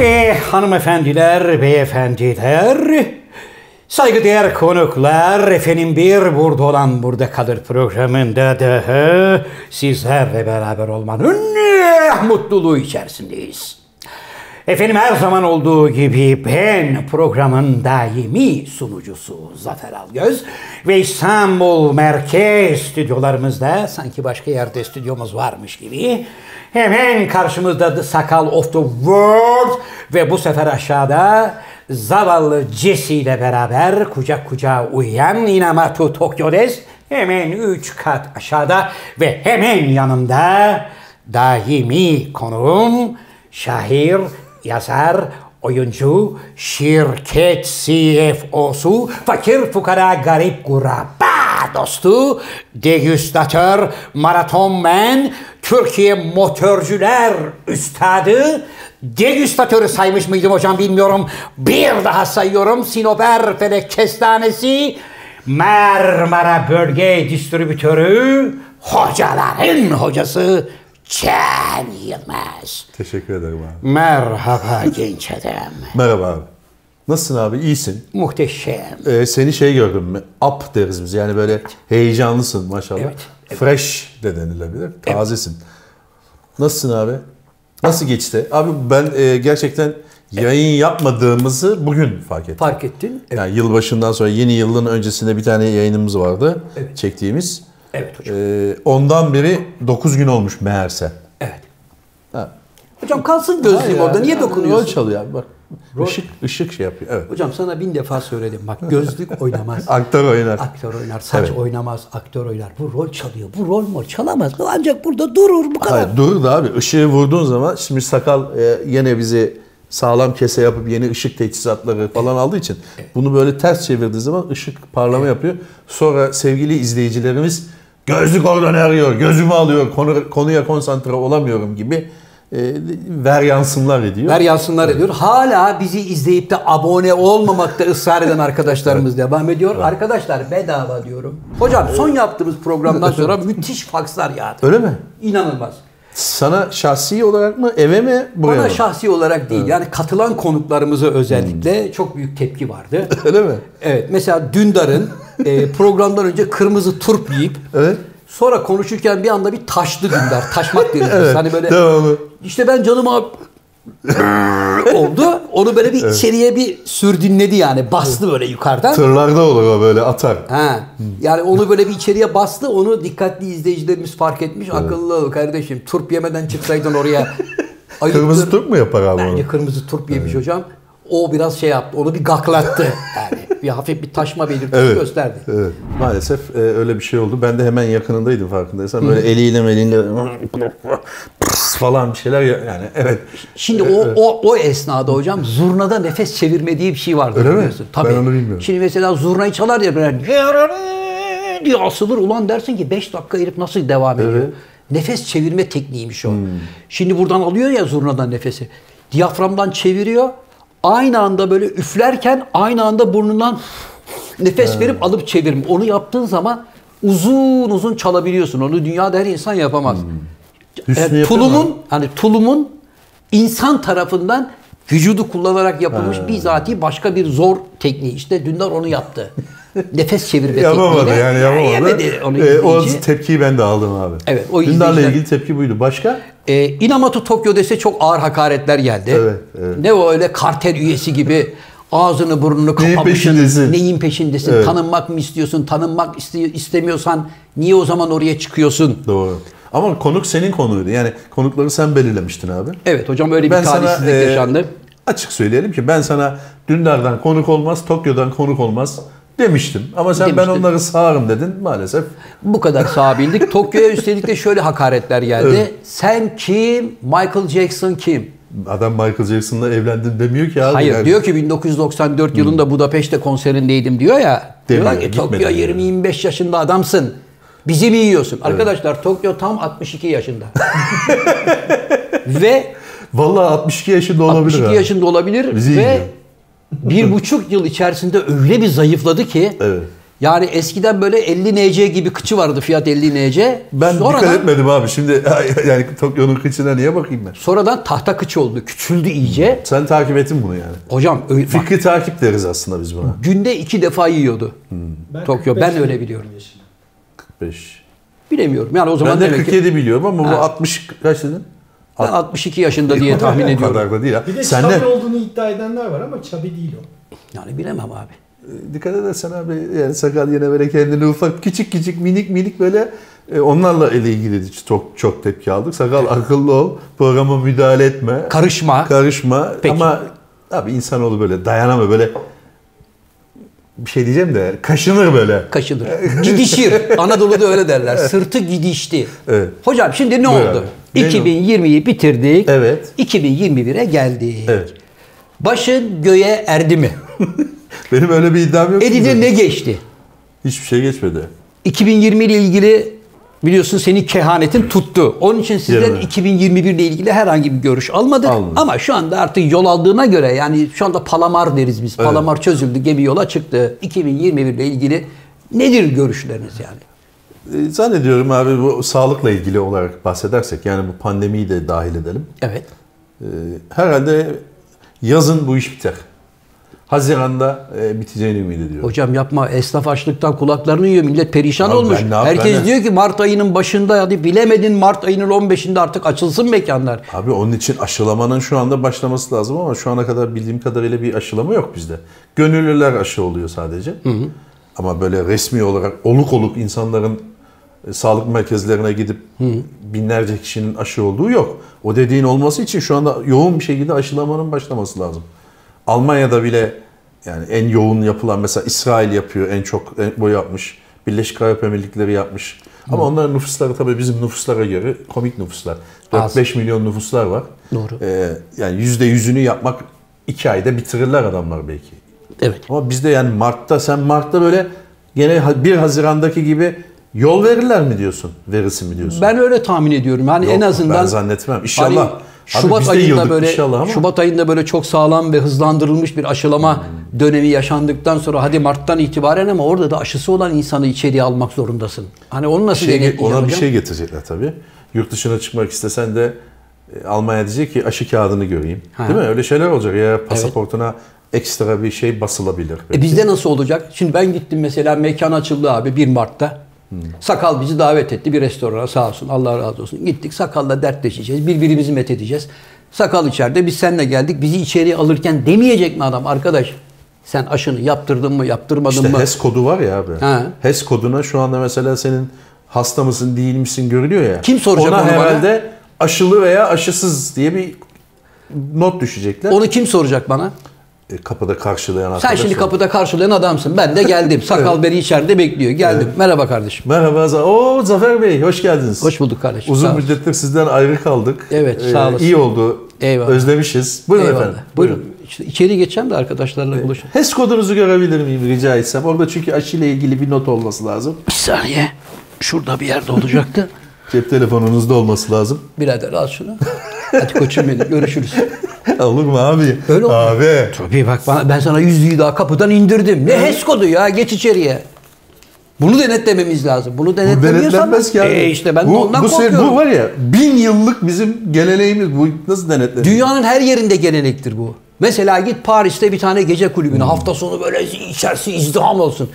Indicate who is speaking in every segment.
Speaker 1: Eh, hanımefendiler, beyefendiler, saygıdeğer konuklar, efendim bir burada olan burada kalır programında daha sizlerle beraber olmanın eh, mutluluğu içerisindeyiz. Efendim her zaman olduğu gibi ben programın daimi sunucusu Zafer Algöz ve İstanbul Merkez stüdyolarımızda sanki başka yerde stüdyomuz varmış gibi hemen karşımızda The Sakal of the World ve bu sefer aşağıda zavallı Jesse ile beraber kucak kucağa uyuyan Inamatu Tokyo'des hemen 3 kat aşağıda ve hemen yanımda daimi konuğum şair, yazar, oyuncu, şirket CFO'su, fakir fukara garip guraba dostu, degüstatör, maratonmen, Türkiye motorcular üstadı, degüstatörü saymış mıydım hocam bilmiyorum. Bir daha sayıyorum. Sinoper Felek Kestanesi, Marmara Bölge Distribütörü, hocaların hocası Can Yılmaz.
Speaker 2: Teşekkür ederim abi.
Speaker 1: Merhaba genç adam.
Speaker 2: Merhaba abi. Nasılsın abi? İyisin.
Speaker 1: Muhteşem.
Speaker 2: Ee, seni şey gördüm mü? Up deriz biz. Yani böyle heyecanlısın maşallah.
Speaker 1: Evet,
Speaker 2: Fresh de denilebilir. Tazesin. Nasılsın abi? Nasıl geçti? Abi ben e, gerçekten yayın yapmadığımızı bugün fark ettim.
Speaker 1: Fark ettin. Evet,
Speaker 2: Yani yılbaşından sonra yeni yılın öncesinde bir tane yayınımız vardı.
Speaker 1: Evet.
Speaker 2: Çektiğimiz.
Speaker 1: evet hocam.
Speaker 2: Ee, ondan beri 9 gün olmuş meğerse.
Speaker 1: Evet.
Speaker 2: Ha.
Speaker 1: Hocam kalsın gözlüğüm orada. Niye
Speaker 2: Rol
Speaker 1: dokunuyorsun?
Speaker 2: çalıyor abi bak. Işık, ışık şey yapıyor. Evet.
Speaker 1: Hocam sana bin defa söyledim bak gözlük oynamaz.
Speaker 2: Aktör oynar.
Speaker 1: aktör oynar, saç
Speaker 2: Evet.
Speaker 1: oynamaz, aktör oynar. Bu rol çalıyor. Bu rol mol çalamaz. Ancak burada durur bu kadar.
Speaker 2: Hayır dur da abi ışığı vurduğun zaman şimdi sakal e, yine bizi sağlam kese yapıp yeni ışık teçhizatları falan aldığı için bunu böyle ters çevirdiği zaman ışık parlama yapıyor. Sonra sevgili izleyicilerimiz gözlük oradan arıyor, gözümü alıyor, konu, konuya konsantre olamıyorum gibi e, ver yansınlar ediyor.
Speaker 1: Ver yansınlar ediyor. Hala bizi izleyip de abone olmamakta ısrar eden arkadaşlarımız devam ediyor. Arkadaşlar bedava diyorum. Hocam son yaptığımız programdan sonra müthiş fakslar yağdı.
Speaker 2: Öyle mi?
Speaker 1: İnanılmaz.
Speaker 2: Sana şahsi olarak mı eve mi buraya
Speaker 1: Bana
Speaker 2: mı?
Speaker 1: şahsi olarak değil yani katılan konuklarımıza özellikle çok büyük tepki vardı.
Speaker 2: Öyle mi?
Speaker 1: evet mesela Dündar'ın e, programdan önce kırmızı turp yiyip
Speaker 2: Evet.
Speaker 1: sonra konuşurken bir anda bir taşlı Dündar. Taşmak denir.
Speaker 2: Evet.
Speaker 1: Hani böyle
Speaker 2: Devamı.
Speaker 1: işte ben canım abi oldu. Onu böyle bir içeriye bir sürdinledi yani. Bastı böyle yukarıdan.
Speaker 2: Tırlarda olur o böyle atar.
Speaker 1: Ha. Yani onu böyle bir içeriye bastı. Onu dikkatli izleyicilerimiz fark etmiş. Akıllı ol kardeşim. Turp yemeden çıksaydın oraya. Ayıptır.
Speaker 2: Kırmızı Türk mü yapar abi onu?
Speaker 1: Bence kırmızı turp yemiş hocam. O biraz şey yaptı. Onu bir gaklattı. Yani bir hafif bir taşma belirtisi
Speaker 2: Evet.
Speaker 1: gösterdi.
Speaker 2: Evet. Maalesef e, öyle bir şey oldu. Ben de hemen yakınındaydım farkındaysan. Böyle eliyle meliyle falan bir şeyler ya- yani evet.
Speaker 1: Şimdi o, o o esnada hocam zurnada nefes çevirme diye bir şey vardı
Speaker 2: Öyle mi?
Speaker 1: biliyorsun.
Speaker 2: Ben onu bilmiyorum.
Speaker 1: Şimdi mesela zurnayı çalar ya böyle diye asılır ulan dersin ki 5 dakika herif nasıl devam ediyor? Nefes çevirme tekniğiymiş
Speaker 2: Hmm.
Speaker 1: o. Şimdi buradan alıyor ya zurnadan nefesi. Diyaframdan çeviriyor. Aynı anda böyle üflerken aynı anda burnundan nefes verip alıp çevirme. Onu yaptığın zaman uzun uzun çalabiliyorsun. Onu dünyada her insan yapamaz.
Speaker 2: Hmm. Hüsnü
Speaker 1: Evet,
Speaker 2: yapıyor mu?
Speaker 1: tulumun hani tulumun insan tarafından vücudu kullanarak yapılmış bizatihi başka bir zor tekniği. İşte Dündar onu yaptı. Nefes çevirme
Speaker 2: E, Yapamadı
Speaker 1: tekniğiyle.
Speaker 2: yani yapamadı.
Speaker 1: Yemedi onu
Speaker 2: E, o
Speaker 1: izleyici.
Speaker 2: tepkiyi ben de aldım abi.
Speaker 1: Evet, o
Speaker 2: Dündar'la
Speaker 1: izleyiciler-
Speaker 2: ilgili tepki buydu. Başka?
Speaker 1: Ee, Inamatu Tokyo dese çok ağır hakaretler geldi.
Speaker 2: Evet, evet.
Speaker 1: Ne o öyle kartel üyesi gibi ağzını burnunu
Speaker 2: Neyin
Speaker 1: kapamışsın.
Speaker 2: peşindesin?
Speaker 1: Neyin peşindesin?
Speaker 2: Evet.
Speaker 1: Tanınmak mı istiyorsun? Tanınmak iste- istemiyorsan niye o zaman oraya çıkıyorsun?
Speaker 2: Doğru. Ama konuk senin konuydu. Yani konukları sen belirlemiştin abi.
Speaker 1: Evet hocam öyle bir
Speaker 2: Ben sana
Speaker 1: talihsizlik
Speaker 2: e,
Speaker 1: yaşandı.
Speaker 2: açık söyleyelim ki ben sana Dündar'dan konuk olmaz, Tokyo'dan konuk olmaz demiştim. Ama sen
Speaker 1: Demiştin.
Speaker 2: ben onları sağarım dedin maalesef.
Speaker 1: Bu kadar sağabildik. Tokyo'ya üstelik de şöyle hakaretler geldi.
Speaker 2: Evet.
Speaker 1: Sen kim? Michael Jackson kim?
Speaker 2: Adam Michael Jackson'la evlendin demiyor ki abi.
Speaker 1: Hayır
Speaker 2: Yani
Speaker 1: diyor ki 1994 yılında Budapeşte konserindeydim diyor ya.
Speaker 2: Hmm. Demiyor,
Speaker 1: diyor ki Tokyo
Speaker 2: gitmedi.
Speaker 1: 20-25 yaşında adamsın. Bizi mi yiyorsun? Arkadaşlar Tokyo tam 62 yaşında. Ve
Speaker 2: Vallahi 62 yaşında olabilir
Speaker 1: 62
Speaker 2: abi.
Speaker 1: yaşında olabilir
Speaker 2: Bizi
Speaker 1: ve
Speaker 2: yiyor.
Speaker 1: bir buçuk yıl içerisinde öyle bir zayıfladı ki
Speaker 2: Evet.
Speaker 1: Yani eskiden böyle 50 NC gibi kıçı vardı Fiat 50 NC.
Speaker 2: Ben
Speaker 1: sonradan,
Speaker 2: dikkat etmedim abi. Şimdi yani Tokyo'nun kıçına niye bakayım ben?
Speaker 1: sonradan tahta kıçı oldu. Küçüldü iyice.
Speaker 2: Sen takip ettin bunu yani.
Speaker 1: Hocam ö- bak,
Speaker 2: Fikri takip deriz aslında biz buna.
Speaker 1: günde iki defa yiyordu. Tokyo.
Speaker 3: 45
Speaker 1: Ben öyle biliyorum.
Speaker 3: yaşındayım.
Speaker 2: 45.
Speaker 1: Bilemiyorum. Yani o zaman
Speaker 2: Ben de
Speaker 1: demek ki
Speaker 2: 47 biliyorum ama bu 60 kaç dedin?
Speaker 1: ben 62 yaşında diye tahmin
Speaker 2: O
Speaker 1: ediyorum.
Speaker 2: kadar da değil.
Speaker 3: Bir
Speaker 2: ya.
Speaker 3: de
Speaker 2: Sen
Speaker 3: çabi
Speaker 2: de
Speaker 3: olduğunu iddia edenler var ama çabi değil o.
Speaker 1: Yani bilemem abi.
Speaker 2: dikkat edersen abi yani sakal yine böyle kendini ufak küçük küçük minik minik böyle e, onlarla ile ilgili çok çok tepki aldık. Sakal akıllı ol, programa müdahale etme.
Speaker 1: Karışma.
Speaker 2: Karışma
Speaker 1: Peki.
Speaker 2: ama abi insanoğlu böyle dayanamıyor böyle bir şey diyeceğim de kaşınır böyle.
Speaker 1: kaşınır. Gidişir. Anadolu'da öyle derler. Sırtı gidişti.
Speaker 2: Evet.
Speaker 1: Hocam şimdi ne
Speaker 2: Buyur
Speaker 1: oldu?
Speaker 2: abi. Ne
Speaker 1: 2020'yi bitirdik.
Speaker 2: Evet.
Speaker 1: 2021'e geldik.
Speaker 2: Evet.
Speaker 1: Başın göğe erdi mi?
Speaker 2: Benim öyle bir iddiam yok.
Speaker 1: Eline ne geçti?
Speaker 2: Hiçbir şey geçmedi.
Speaker 1: 2020 ile ilgili biliyorsun senin kehanetin tuttu. Onun için sizden
Speaker 2: Yarın.
Speaker 1: 2021 ile ilgili herhangi bir görüş almadık.
Speaker 2: Almadık.
Speaker 1: Ama şu anda artık yol aldığına göre yani şu anda palamar deriz biz. Palamar çözüldü, gemi yola çıktı. 2021 ile ilgili nedir görüşleriniz yani?
Speaker 2: E, Zannediyorum abi bu sağlıkla ilgili olarak bahsedersek yani bu pandemiyi de dahil edelim.
Speaker 1: Evet.
Speaker 2: E, Herhalde yazın bu iş biter. Haziranda e, biteceğini ümit ediyorum.
Speaker 1: Hocam yapma esnaf açlıktan kulaklarını yiyor millet perişan
Speaker 2: Abi ben
Speaker 1: olmuş.
Speaker 2: ne yap-
Speaker 1: Herkes
Speaker 2: ben ne-
Speaker 1: diyor ki Mart ayının başında hadi bilemedin Mart ayının 15'inde artık açılsın mekanlar.
Speaker 2: Abi onun için aşılamanın şu anda başlaması lazım ama şu ana kadar bildiğim kadarıyla bir aşılama yok bizde. Gönüllüler aşı oluyor sadece. Ama böyle resmi olarak oluk oluk insanların e, sağlık merkezlerine gidip binlerce kişinin aşı olduğu yok. O dediğin olması için şu anda yoğun bir şekilde aşılamanın başlaması lazım. Almanya'da bile yani en yoğun yapılan mesela İsrail yapıyor en çok en, bu yapmış. Birleşik Arap Emirlikleri yapmış. Ama onların nüfusları tabii bizim nüfuslara göre komik nüfuslar.
Speaker 1: Az.
Speaker 2: 4-5 milyon nüfuslar var.
Speaker 1: Doğru.
Speaker 2: Ee, yani %100'ünü yapmak 2 ayda bitirirler adamlar belki.
Speaker 1: Evet.
Speaker 2: Ama bizde yani Mart'ta sen Mart'ta böyle gene ha- 1 Haziran'daki gibi yol verirler mi diyorsun? Verirsin mi diyorsun?
Speaker 1: Ben öyle tahmin ediyorum. Yani
Speaker 2: Yok,
Speaker 1: en azından
Speaker 2: ben zannetmem. İnşallah.
Speaker 1: Hani
Speaker 2: Abi
Speaker 1: Şubat
Speaker 2: biz de
Speaker 1: ayında
Speaker 2: yıldık
Speaker 1: böyle
Speaker 2: inşallah ama.
Speaker 1: Şubat ayında böyle çok sağlam ve hızlandırılmış bir aşılama
Speaker 2: Hmm.
Speaker 1: dönemi yaşandıktan sonra hadi Mart'tan itibaren ama orada da aşısı olan insanı içeriye almak zorundasın. Hani onu nasıl
Speaker 2: Şey-
Speaker 1: denetleyeceksin
Speaker 2: ona bir
Speaker 1: hocam?
Speaker 2: şey getirecekler tabii. Yurt dışına çıkmak istesen de e, Almanya diyecek ki aşı kağıdını göreyim.
Speaker 1: Ha.
Speaker 2: Değil mi? Öyle şeyler olacak. Ya pasaportuna ekstra bir şey basılabilir.
Speaker 1: E bizde nasıl olacak? Şimdi ben gittim mesela mekan açıldı abi 1 Mart'ta.
Speaker 2: Hmm.
Speaker 1: Sakal bizi davet etti bir restorana sağ olsun Allah razı olsun. Gittik sakalla dertleşeceğiz birbirimizi met edeceğiz. Sakal içeride biz seninle geldik bizi içeriye alırken demeyecek mi adam arkadaş? Sen aşını yaptırdın mı yaptırmadın
Speaker 2: İşte
Speaker 1: mı?
Speaker 2: HES kodu var ya abi.
Speaker 1: Ha.
Speaker 2: HES koduna şu anda mesela senin hasta mısın değil misin görülüyor ya.
Speaker 1: Kim soracak
Speaker 2: ona
Speaker 1: onu bana?
Speaker 2: herhalde aşılı veya aşısız diye bir not düşecekler.
Speaker 1: Onu kim soracak bana?
Speaker 2: E, kapıda karşılayan
Speaker 1: Sen
Speaker 2: arkadaş
Speaker 1: şimdi
Speaker 2: var.
Speaker 1: kapıda karşılayan adamsın. Ben de geldim. Sakal beni içeride bekliyor. Geldim. Merhaba kardeşim.
Speaker 2: Merhaba. Za- Oo Zafer Bey hoş geldiniz.
Speaker 1: Hoş bulduk kardeşim.
Speaker 2: Uzun
Speaker 1: Sağ ol.
Speaker 2: müddettir sizden ayrı kaldık.
Speaker 1: Evet,
Speaker 2: Ee,
Speaker 1: sağ olasın.
Speaker 2: İyi oldu.
Speaker 1: Eyvallah.
Speaker 2: Özlemişiz. Buyurun
Speaker 1: Eyvallah.
Speaker 2: efendim.
Speaker 1: Buyurun. İşte içeri geçeceğim de arkadaşlarla buluşun.
Speaker 2: HES kodunuzu görebilir miyim rica etsem? Orada çünkü aşıyla ilgili bir not olması lazım.
Speaker 1: Bir saniye. Şurada bir yerde olacaktı.
Speaker 2: Cep telefonunuzda olması lazım.
Speaker 1: Birader al şunu. Hadi koçum benim görüşürüz.
Speaker 2: Olur mu abi?
Speaker 1: Öyle olur.
Speaker 2: Abi.
Speaker 1: Tabii bak bana, ben sana yüzüğü daha kapıdan indirdim. Ne HESCO'du ya geç içeriye. Bunu denetlememiz lazım. Bunu
Speaker 2: Bu
Speaker 1: denetlememiyorsan
Speaker 2: denetlenmez ki abi.
Speaker 1: E işte ben de
Speaker 2: bu,
Speaker 1: ondan
Speaker 2: bu, se-
Speaker 1: korkuyorum.
Speaker 2: Bu var ya bin yıllık bizim geleneğimiz. Bu nasıl denetlenir?
Speaker 1: Dünyanın her yerinde gelenektir bu. Mesela git Paris'te bir tane gece kulübüne hafta sonu böyle içerisi izdiham olsun.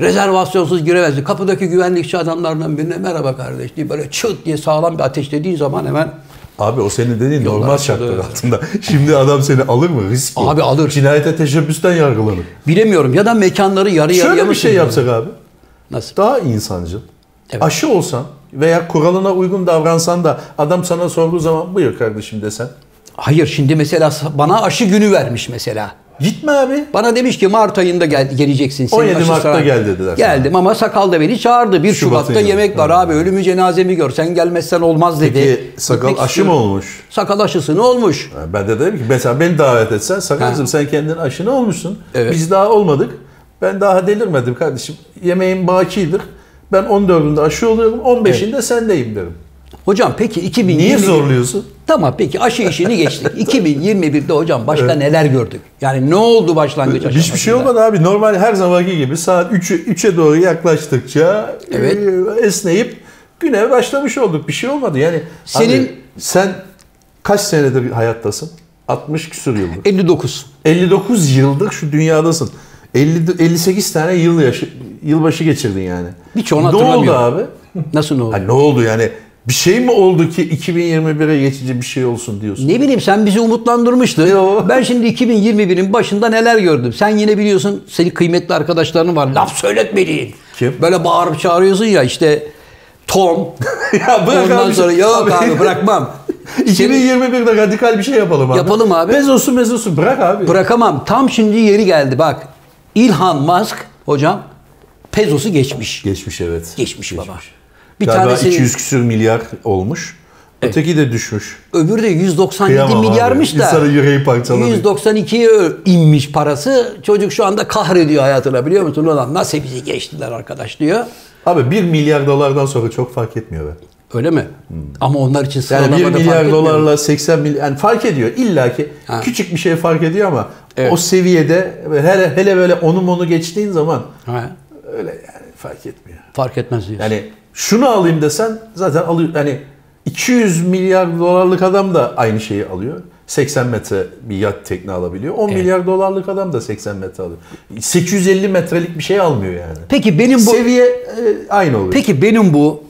Speaker 1: Rezervasyonsuz giremezsin. Kapıdaki güvenlikçi adamlardan birine merhaba kardeş diye böyle çıt diye sağlam bir ateşlediğin zaman hemen
Speaker 2: Abi o senin dediğin
Speaker 1: Yollar
Speaker 2: normal
Speaker 1: açıldı.
Speaker 2: şartlar altında. Şimdi adam seni alır mı? Risk yok.
Speaker 1: Abi alır.
Speaker 2: Cinayete teşebbüsten yargılanır.
Speaker 1: bilemiyorum ya da mekanları yarı yarıya
Speaker 2: Şöyle
Speaker 1: mı
Speaker 2: bir şey
Speaker 1: sürüyor?
Speaker 2: yapsak abi.
Speaker 1: Nasıl?
Speaker 2: Daha insancıl.
Speaker 1: Evet.
Speaker 2: Aşı olsan veya kuralına uygun davransan da adam sana sorduğu zaman buyur kardeşim desen.
Speaker 1: Hayır şimdi mesela bana aşı günü vermiş mesela.
Speaker 2: Gitme abi.
Speaker 1: Bana demiş ki Mart ayında gel, geleceksin. Senin
Speaker 2: 17
Speaker 1: aşı
Speaker 2: Mart'ta
Speaker 1: saran-
Speaker 2: gel dediler sana.
Speaker 1: Geldim ama sakal da beni çağırdı. 1
Speaker 2: Şubat'ın
Speaker 1: Şubat'ta
Speaker 2: yılı.
Speaker 1: yemek var
Speaker 2: Ha.
Speaker 1: abi. Ölümü cenazemi gör. Sen gelmezsen olmaz dedi.
Speaker 2: Peki sakal
Speaker 1: Gitmek
Speaker 2: aşı mı
Speaker 1: istiyorum.
Speaker 2: olmuş?
Speaker 1: Sakal aşısı ne olmuş?
Speaker 2: Yani Ben de dedim ki mesela beni davet etsen sakalcığım sen kendin aşını olmuşsun.
Speaker 1: Evet.
Speaker 2: Biz daha olmadık. Ben daha delirmedim kardeşim. Yemeğim bakidir. Ben 14'ünde aşı oluyorum. 15'inde sendeyim derim.
Speaker 1: Hocam peki 2020...
Speaker 2: Niye zorluyorsun?
Speaker 1: Tamam peki aşı işini geçtik. 2021'de hocam başka neler gördük? Yani ne oldu başlangıç aşamasında?
Speaker 2: Hiçbir şey olmadı abi. Normal her zamanki gibi saat 3'e 3'e doğru yaklaştıkça
Speaker 1: Evet.
Speaker 2: e, esneyip güne başlamış olduk. Bir şey olmadı. Yani
Speaker 1: Senin-
Speaker 2: abi sen kaç senedir hayattasın? 60 küsur yıldır.
Speaker 1: 59.
Speaker 2: 59 yıldır şu dünyadasın. 50 58 tane yıl yaşı, yılbaşı geçirdin yani.
Speaker 1: Birçoğunu
Speaker 2: ne oldu
Speaker 1: hatırlamıyorum.
Speaker 2: abi?
Speaker 1: Nasıl ne oldu?
Speaker 2: Ha, ne oldu yani? Bir şey mi oldu ki 2021'e geçici bir şey olsun diyorsun?
Speaker 1: Ne bileyim sen bizi umutlandırmıştın.
Speaker 2: Yo.
Speaker 1: Ben şimdi 2021'in başında neler gördüm. Sen yine biliyorsun senin kıymetli arkadaşların var. Laf söyletmeliyin.
Speaker 2: Kim?
Speaker 1: Böyle bağırıp çağırıyorsun ya işte Tom.
Speaker 2: ya bırak
Speaker 1: Ondan
Speaker 2: abi.
Speaker 1: sonra yok abi bırakmam. Seni
Speaker 2: 2021'de radikal bir şey yapalım abi.
Speaker 1: Yapalım abi.
Speaker 2: Bezos'u Bezos'u bırak abi.
Speaker 1: bırakamam. Tam şimdi yeri geldi bak. Elon Musk hocam Pezos'u geçmiş.
Speaker 2: Geçmiş evet.
Speaker 1: Geçmiş baba. Bir
Speaker 2: Bir Galiba
Speaker 1: tanesi
Speaker 2: 200 küsür milyar olmuş. Öteki de düşmüş.
Speaker 1: öbürü de 197
Speaker 2: Kıyamam abi.
Speaker 1: milyarmış da.
Speaker 2: İnsanın yüreği parçalanıyor.
Speaker 1: 192'ye inmiş parası. Çocuk şu anda kahrediyor hayatına biliyor musun? Ulan nasıl bizi geçtiler arkadaş diyor.
Speaker 2: Abi 1 milyar dolardan sonra çok fark etmiyor be.
Speaker 1: Öyle mi? Ama onlar için
Speaker 2: Hmm. Yani
Speaker 1: sıralamada
Speaker 2: 1
Speaker 1: fark
Speaker 2: milyar
Speaker 1: etmiyor mu?
Speaker 2: dolarla 80 milyar yani fark ediyor illa ki
Speaker 1: Ha.
Speaker 2: küçük bir şey fark ediyor ama
Speaker 1: Evet.
Speaker 2: o seviyede hele hele böyle onu onu geçtiğin zaman
Speaker 1: Ha,
Speaker 2: öyle yani fark etmiyor.
Speaker 1: fark etmez diyorsun.
Speaker 2: Yani şunu alayım desen zaten alıyor. Yani 200 milyar dolarlık adam da aynı şeyi alıyor. 80 metre bir yat tekne alabiliyor. 10 milyar dolarlık adam da 80 metre alıyor. 850 metrelik bir şey almıyor yani.
Speaker 1: Peki benim bu
Speaker 2: Seviye e, aynı oluyor.
Speaker 1: Peki benim bu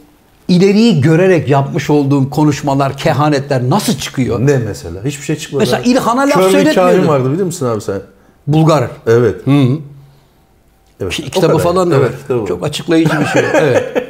Speaker 1: ileriyi görerek yapmış olduğum konuşmalar, kehanetler nasıl çıkıyor?
Speaker 2: Ne mesela? Hiçbir şey çıkmadı.
Speaker 1: Mesela İlhan'a laf
Speaker 2: Kör bir
Speaker 1: söyletmiyordun.
Speaker 2: kahin vardı biliyor musun abi sen?
Speaker 1: Bulgar.
Speaker 2: Evet. evet.
Speaker 1: Ki-
Speaker 2: o
Speaker 1: Kitabı
Speaker 2: kadar.
Speaker 1: falan da
Speaker 2: evet,
Speaker 1: var.
Speaker 2: kitabı var.
Speaker 1: Çok açıklayıcı bir şey. Evet.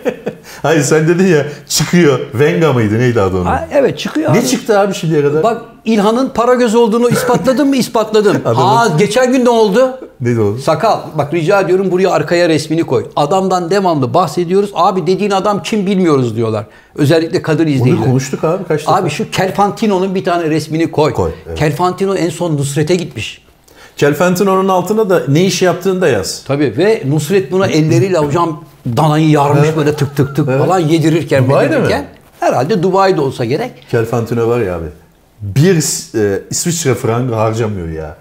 Speaker 2: Hayır sen dedin ya çıkıyor. Venga mıydı neydi adı onun?
Speaker 1: Ha, evet çıkıyor.
Speaker 2: Ne
Speaker 1: abi.
Speaker 2: çıktı abi şimdiye kadar?
Speaker 1: Bak İlhan'ın para göz olduğunu ispatladın mı? İspatladım.
Speaker 2: Adamın-
Speaker 1: Aa geçen gün ne oldu?
Speaker 2: Neydi o?
Speaker 1: Sakal bak rica ediyorum buraya arkaya resmini koy. Adamdan devamlı bahsediyoruz. Abi dediğin adam kim bilmiyoruz diyorlar. Özellikle kadın
Speaker 2: Bunu
Speaker 1: izleyiciler.
Speaker 2: konuştuk abi kaç defa.
Speaker 1: Abi şu Kerfantino'nun bir tane resmini koy.
Speaker 2: Koy, evet.
Speaker 1: Kerfantino en son Nusret'e gitmiş.
Speaker 2: Kelfentino'nun altına da ne iş yaptığını da yaz.
Speaker 1: Tabii ve Nusret buna elleriyle hocam danayı yarmış böyle tık tık tık falan yedirirken
Speaker 2: Dubai'de
Speaker 1: yedirirken.
Speaker 2: mi?
Speaker 1: Herhalde Dubai'de olsa gerek.
Speaker 2: Kelfentino var ya abi. Bir e, İsviçre frangı harcamıyor ya.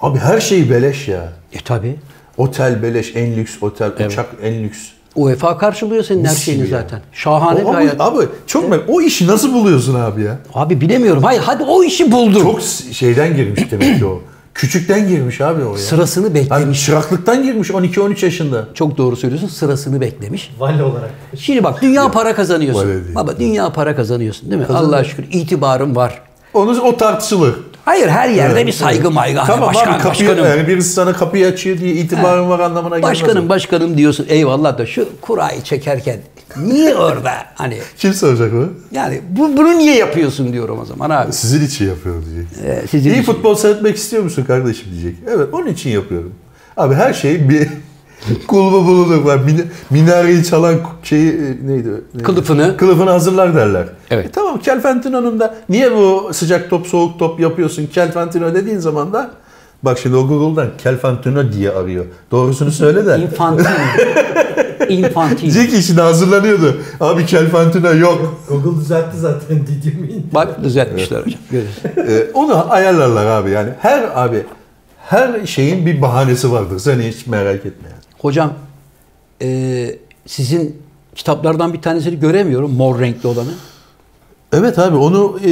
Speaker 2: Abi her şey beleş ya.
Speaker 1: E tabi.
Speaker 2: Otel beleş, en lüks otel, uçak en lüks.
Speaker 1: UEFA karşılıyor senin her şeyini
Speaker 2: gibi ya.
Speaker 1: zaten. Şahane
Speaker 2: O-
Speaker 1: bir
Speaker 2: abi,
Speaker 1: hayat.
Speaker 2: abi çok merak- o işi nasıl buluyorsun abi ya?
Speaker 1: Abi bilemiyorum. Hayır hadi o işi buldum.
Speaker 2: Çok s- şeyden girmiş demek ki o. Küçükten girmiş abi o ya.
Speaker 1: Sırasını beklemiş.
Speaker 2: Hani çıraklıktan girmiş 12-13 yaşında.
Speaker 1: Çok doğru söylüyorsun. Sırasını beklemiş.
Speaker 3: Vali olarak.
Speaker 1: Şimdi bak dünya para kazanıyorsun.
Speaker 2: öyle değil.
Speaker 1: Baba dünya para kazanıyorsun değil mi? Allah'a şükür itibarın var.
Speaker 2: Onu o tartışılır.
Speaker 1: Hayır her yerde bir saygı maygı. Hani
Speaker 2: tamam
Speaker 1: başkan,
Speaker 2: abi kapıyı,
Speaker 1: başkanım,
Speaker 2: yani birisi sana kapıyı açıyor diye itibarın var anlamına gelmez.
Speaker 1: başkanım, başkanım diyorsun. Eyvallah da şu kurayı çekerken niye orada? Hani
Speaker 2: Kim soracak bunu?
Speaker 1: yani bu, bunu niye yapıyorsun diyorum o zaman abi.
Speaker 2: Sizin için yapıyorum diyecek.
Speaker 1: Ee, sizin
Speaker 2: İyi
Speaker 1: için.
Speaker 2: futbol seyretmek istiyor musun kardeşim diyecek. Evet onun için yapıyorum. Abi her şey bir kulübü bulunur. var. Min- minareyi çalan ku- şeyi e, neydi? neydi?
Speaker 1: Kılıfını.
Speaker 2: Kılıfını hazırlar derler.
Speaker 1: Evet.
Speaker 2: E tamam Kelfentino'nun da niye bu sıcak top soğuk top yapıyorsun Kelfentino dediğin zaman da bak şimdi o Google'dan Kelfentino diye arıyor. Doğrusunu söyle de.
Speaker 1: Infantino. Infantino.
Speaker 2: Diyecek ki şimdi hazırlanıyordu. Abi Kelfentino yok.
Speaker 3: Google düzeltti zaten Didym'in.
Speaker 1: Bak düzeltmişler hocam. Görüyorsun.
Speaker 2: Ee, onu ayarlarlar abi yani. Her abi her şeyin bir bahanesi vardır. Sen hiç merak etme. yani.
Speaker 1: Hocam e, sizin kitaplardan bir tanesini göremiyorum. Mor renkli olanı.
Speaker 2: Evet abi onu e,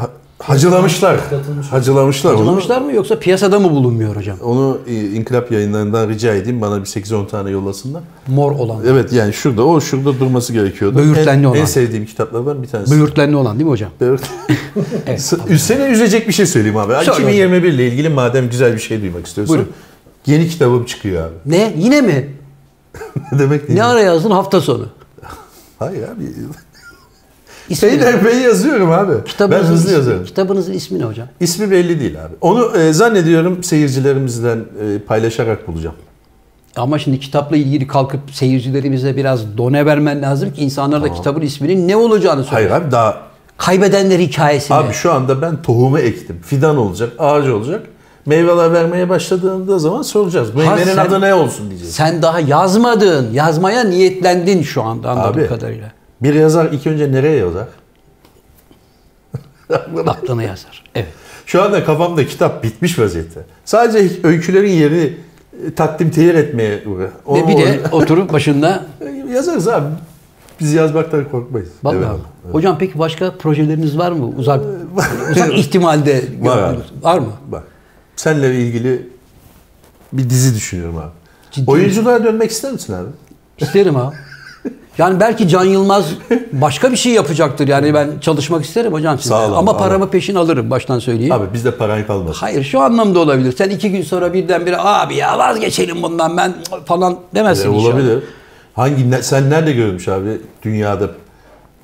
Speaker 2: ha- hacılamışlar.
Speaker 3: Katılmış.
Speaker 2: Hacılamışlar.
Speaker 1: Hazırlamışlar mı yoksa piyasada mı bulunmuyor hocam?
Speaker 2: Onu, onu e, İnkılap yayınlarından rica edeyim. Bana bir 8-10 tane yollasınlar.
Speaker 1: Mor olan.
Speaker 2: Evet yani şurada o şurada durması gerekiyordu.
Speaker 1: Böğürtlenli
Speaker 2: en,
Speaker 1: olan.
Speaker 2: En sevdiğim kitaplardan bir tanesi.
Speaker 1: Böğürtlenli olan değil mi hocam?
Speaker 2: Böğürt.
Speaker 1: Evet.
Speaker 2: S- Seni üzecek bir şey söyleyeyim abi.
Speaker 1: Söyle hocam.
Speaker 2: 2021 ile ilgili madem güzel bir şey duymak istiyorsun.
Speaker 1: Buyurun.
Speaker 2: Yeni kitabım çıkıyor abi.
Speaker 1: Ne? Yine mi?
Speaker 2: ne demek
Speaker 1: Ne ara yazdın hafta sonu?
Speaker 2: Hayır abi.
Speaker 1: İsmi ne?
Speaker 2: Peyder Bey Şey yazıyorum abi. ben
Speaker 1: Kitabınızın
Speaker 2: hızlı
Speaker 1: ismi-
Speaker 2: yazarım.
Speaker 1: Kitabınızın ismi ne hocam?
Speaker 2: İsmi belli değil abi. Onu e, zannediyorum seyircilerimizden e, paylaşarak bulacağım.
Speaker 1: Ama şimdi kitapla ilgili kalkıp seyircilerimize biraz done vermen lazım ki insanlar da kitabın isminin ne olacağını
Speaker 2: Hayır
Speaker 1: söyle.
Speaker 2: abi daha
Speaker 1: Kaybedenler hikayesini.
Speaker 2: abi şu anda ben tohumu ektim. Fidan olacak, ağaç olacak. Meyveler vermeye başladığında zaman soracağız. Bu
Speaker 1: Ha,
Speaker 2: meyvenin
Speaker 1: sen-
Speaker 2: adı ne olsun diyeceğiz.
Speaker 1: Sen daha yazmadın. Yazmaya niyetlendin şu anda anladığım
Speaker 2: Abi.
Speaker 1: kadarıyla.
Speaker 2: Bir yazar ilk önce nereye yazar?
Speaker 1: Aklına yazar. Evet.
Speaker 2: Şu anda kafamda kitap bitmiş vaziyette. Sadece öykülerin yerini e, takdim tehir etmeye uğra.
Speaker 1: Ve bir de oturup başında
Speaker 2: yazarız abi. Biz yazmaktan korkmayız.
Speaker 1: Vallahi.
Speaker 2: Evet abi.
Speaker 1: Hocam peki başka projeleriniz var mı? Uzak, uzak ihtimalde
Speaker 2: Var abi.
Speaker 1: gördüğünüz- var mı?
Speaker 2: Bak. Senle ilgili bir dizi düşünüyorum abi.
Speaker 1: Ciddi
Speaker 2: Oyunculuğa dönmek ister misin abi?
Speaker 1: İsterim ha. Yani belki Can Yılmaz başka bir şey yapacaktır. Yani ben çalışmak isterim hocam size.
Speaker 2: Sağ olun,
Speaker 1: Ama
Speaker 2: abi.
Speaker 1: paramı peşin alırım baştan söyleyeyim.
Speaker 2: Abi bizde paran kalmadı.
Speaker 1: Hayır şu anlamda olabilir. Sen iki gün sonra birdenbire abi ya vazgeçelim bundan ben falan demezsin
Speaker 2: E,
Speaker 1: inşallah.
Speaker 2: olabilir. Hangi ne- sen nerede görmüş abi dünyada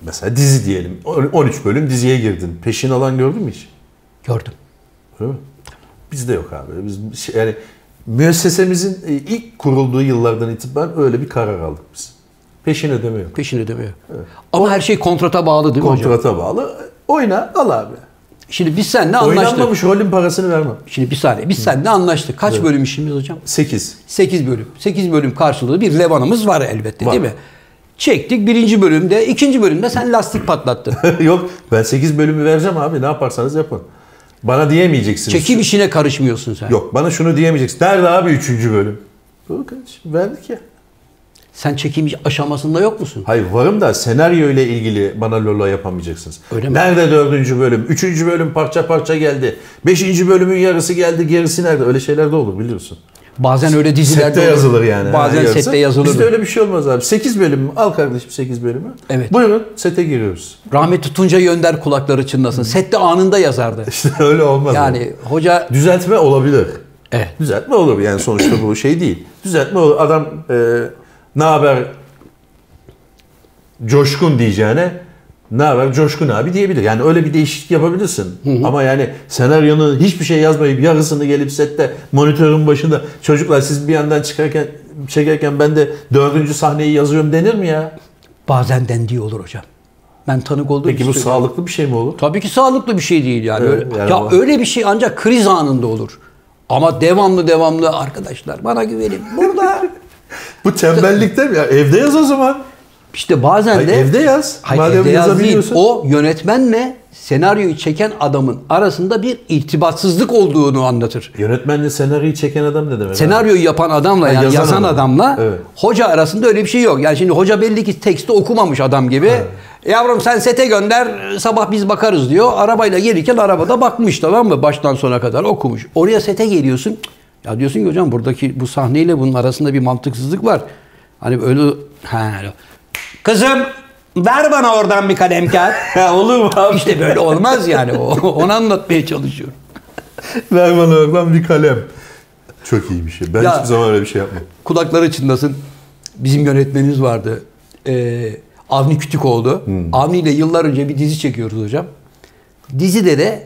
Speaker 2: mesela dizi diyelim. On- 13 bölüm diziye girdin. Peşin alan gördün mü hiç?
Speaker 1: Gördüm.
Speaker 2: Öyle mi? Bizde yok abi. Biz şey- yani müessesemizin e, ilk kurulduğu yıllardan itibaren öyle bir karar aldık biz. Peşin ödeme yok.
Speaker 1: Peşin ödemiyor. Ama her şey kontrata bağlı değil mi hocam?
Speaker 2: Kontrata bağlı. Oyna al abi.
Speaker 1: Şimdi biz seninle anlaştık.
Speaker 2: Oynanmamış rolün parasını vermem.
Speaker 1: Şimdi bir saniye. Biz seninle anlaştık. Kaç bölüm işimiz hocam?
Speaker 2: 8.
Speaker 1: 8 bölüm. 8 bölüm karşılığı bir levanımız var elbette
Speaker 2: Var.
Speaker 1: değil mi? Çektik birinci bölümde, ikinci bölümde sen lastik patlattın.
Speaker 2: yok ben 8 bölümü vereceğim abi ne yaparsanız yapın. Bana diyemeyeceksiniz.
Speaker 1: Çekim işine karışmıyorsun sen.
Speaker 2: Yok bana şunu diyemeyeceksin. Nerede abi 3. bölüm? Dur kardeşim verdik ya.
Speaker 1: Sen çekim aşamasında yok musun?
Speaker 2: Hayır varım da senaryo ile ilgili bana lolo yapamayacaksınız.
Speaker 1: Öyle mi?
Speaker 2: Nerede dördüncü bölüm? Üçüncü bölüm parça parça geldi. Beşinci bölümün yarısı geldi gerisi nerede? Öyle şeyler de olur biliyorsun.
Speaker 1: Bazen öyle dizilerde
Speaker 2: Sette
Speaker 1: olur.
Speaker 2: yazılır yani.
Speaker 1: Bazen
Speaker 2: Ha, yarısı.
Speaker 1: sette yazılır.
Speaker 2: Bizde öyle bir şey olmaz abi. Sekiz bölüm mü? Al kardeşim sekiz bölümü.
Speaker 1: Evet.
Speaker 2: Buyurun sete giriyoruz.
Speaker 1: Rahmetli Tuncay Önder kulakları çınlasın. Sette anında yazardı.
Speaker 2: İşte öyle olmaz. abi.
Speaker 1: Yani hoca
Speaker 2: Düzeltme olabilir.
Speaker 1: Evet.
Speaker 2: Düzeltme olur yani sonuçta bu şey değil. Düzeltme olur. Adam e, ne haber coşkun diyeceğine ne haber coşkun abi diyebilir. Yani öyle bir değişiklik yapabilirsin. Ama yani senaryonun hiçbir şey yazmayıp yarısını gelip sette monitörün başında çocuklar siz bir yandan çıkarken çekerken ben de dördüncü sahneyi yazıyorum denir mi ya?
Speaker 1: bazen dendiği olur hocam. Ben tanık olduğum
Speaker 2: Peki bu
Speaker 1: için-
Speaker 2: sağlıklı bir şey mi olur?
Speaker 1: Tabii ki sağlıklı bir şey değil yani.
Speaker 2: Evet,
Speaker 1: Öyle-
Speaker 2: yani
Speaker 1: ya
Speaker 2: o-
Speaker 1: öyle bir şey ancak kriz anında olur. Ama devamlı devamlı arkadaşlar bana güvenin. Burada
Speaker 2: Bu tembellikte mi ya? Evde yaz o zaman.
Speaker 1: işte bazen
Speaker 2: Hayır,
Speaker 1: de
Speaker 2: evde yaz.
Speaker 1: Hayır,
Speaker 2: Madem
Speaker 1: evde yaz değil.
Speaker 2: yazabiliyorsun.
Speaker 1: O yönetmenle senaryoyu çeken adamın arasında bir irtibatsızlık olduğunu anlatır.
Speaker 2: Yönetmenle senaryoyu çeken adam ne demek? abi?
Speaker 1: Senaryoyu yapan adamla
Speaker 2: Ha,
Speaker 1: yani
Speaker 2: yazan
Speaker 1: yazan,
Speaker 2: adam.
Speaker 1: adamla
Speaker 2: Evet.
Speaker 1: hoca arasında öyle bir şey yok. Yani şimdi hoca belli ki teksti okumamış adam gibi. Yavrum sen sete gönder sabah biz bakarız diyor. Arabayla gelirken arabada bakmış tamam mı? Baştan sona kadar okumuş. Oraya sete geliyorsun. Cık, Ya diyorsun ki hocam buradaki bu sahneyle bunun arasında bir mantıksızlık var. Hani öyle ha öyle. Kızım ver bana oradan bir kalem kağıt.
Speaker 2: Ya olur mu abi?
Speaker 1: işte böyle olmaz yani. O, onu anlatmaya çalışıyorum.
Speaker 2: Ver bana oradan bir kalem. Çok iyi bir şey. Ben
Speaker 1: Ya-
Speaker 2: hiçbir zaman öyle bir şey yapmam.
Speaker 1: kulakları çınlasın. Bizim yönetmenimiz vardı. Ee, Avni Kütükoğlu. Avni ile yıllar önce bir dizi çekiyoruz hocam. Dizide de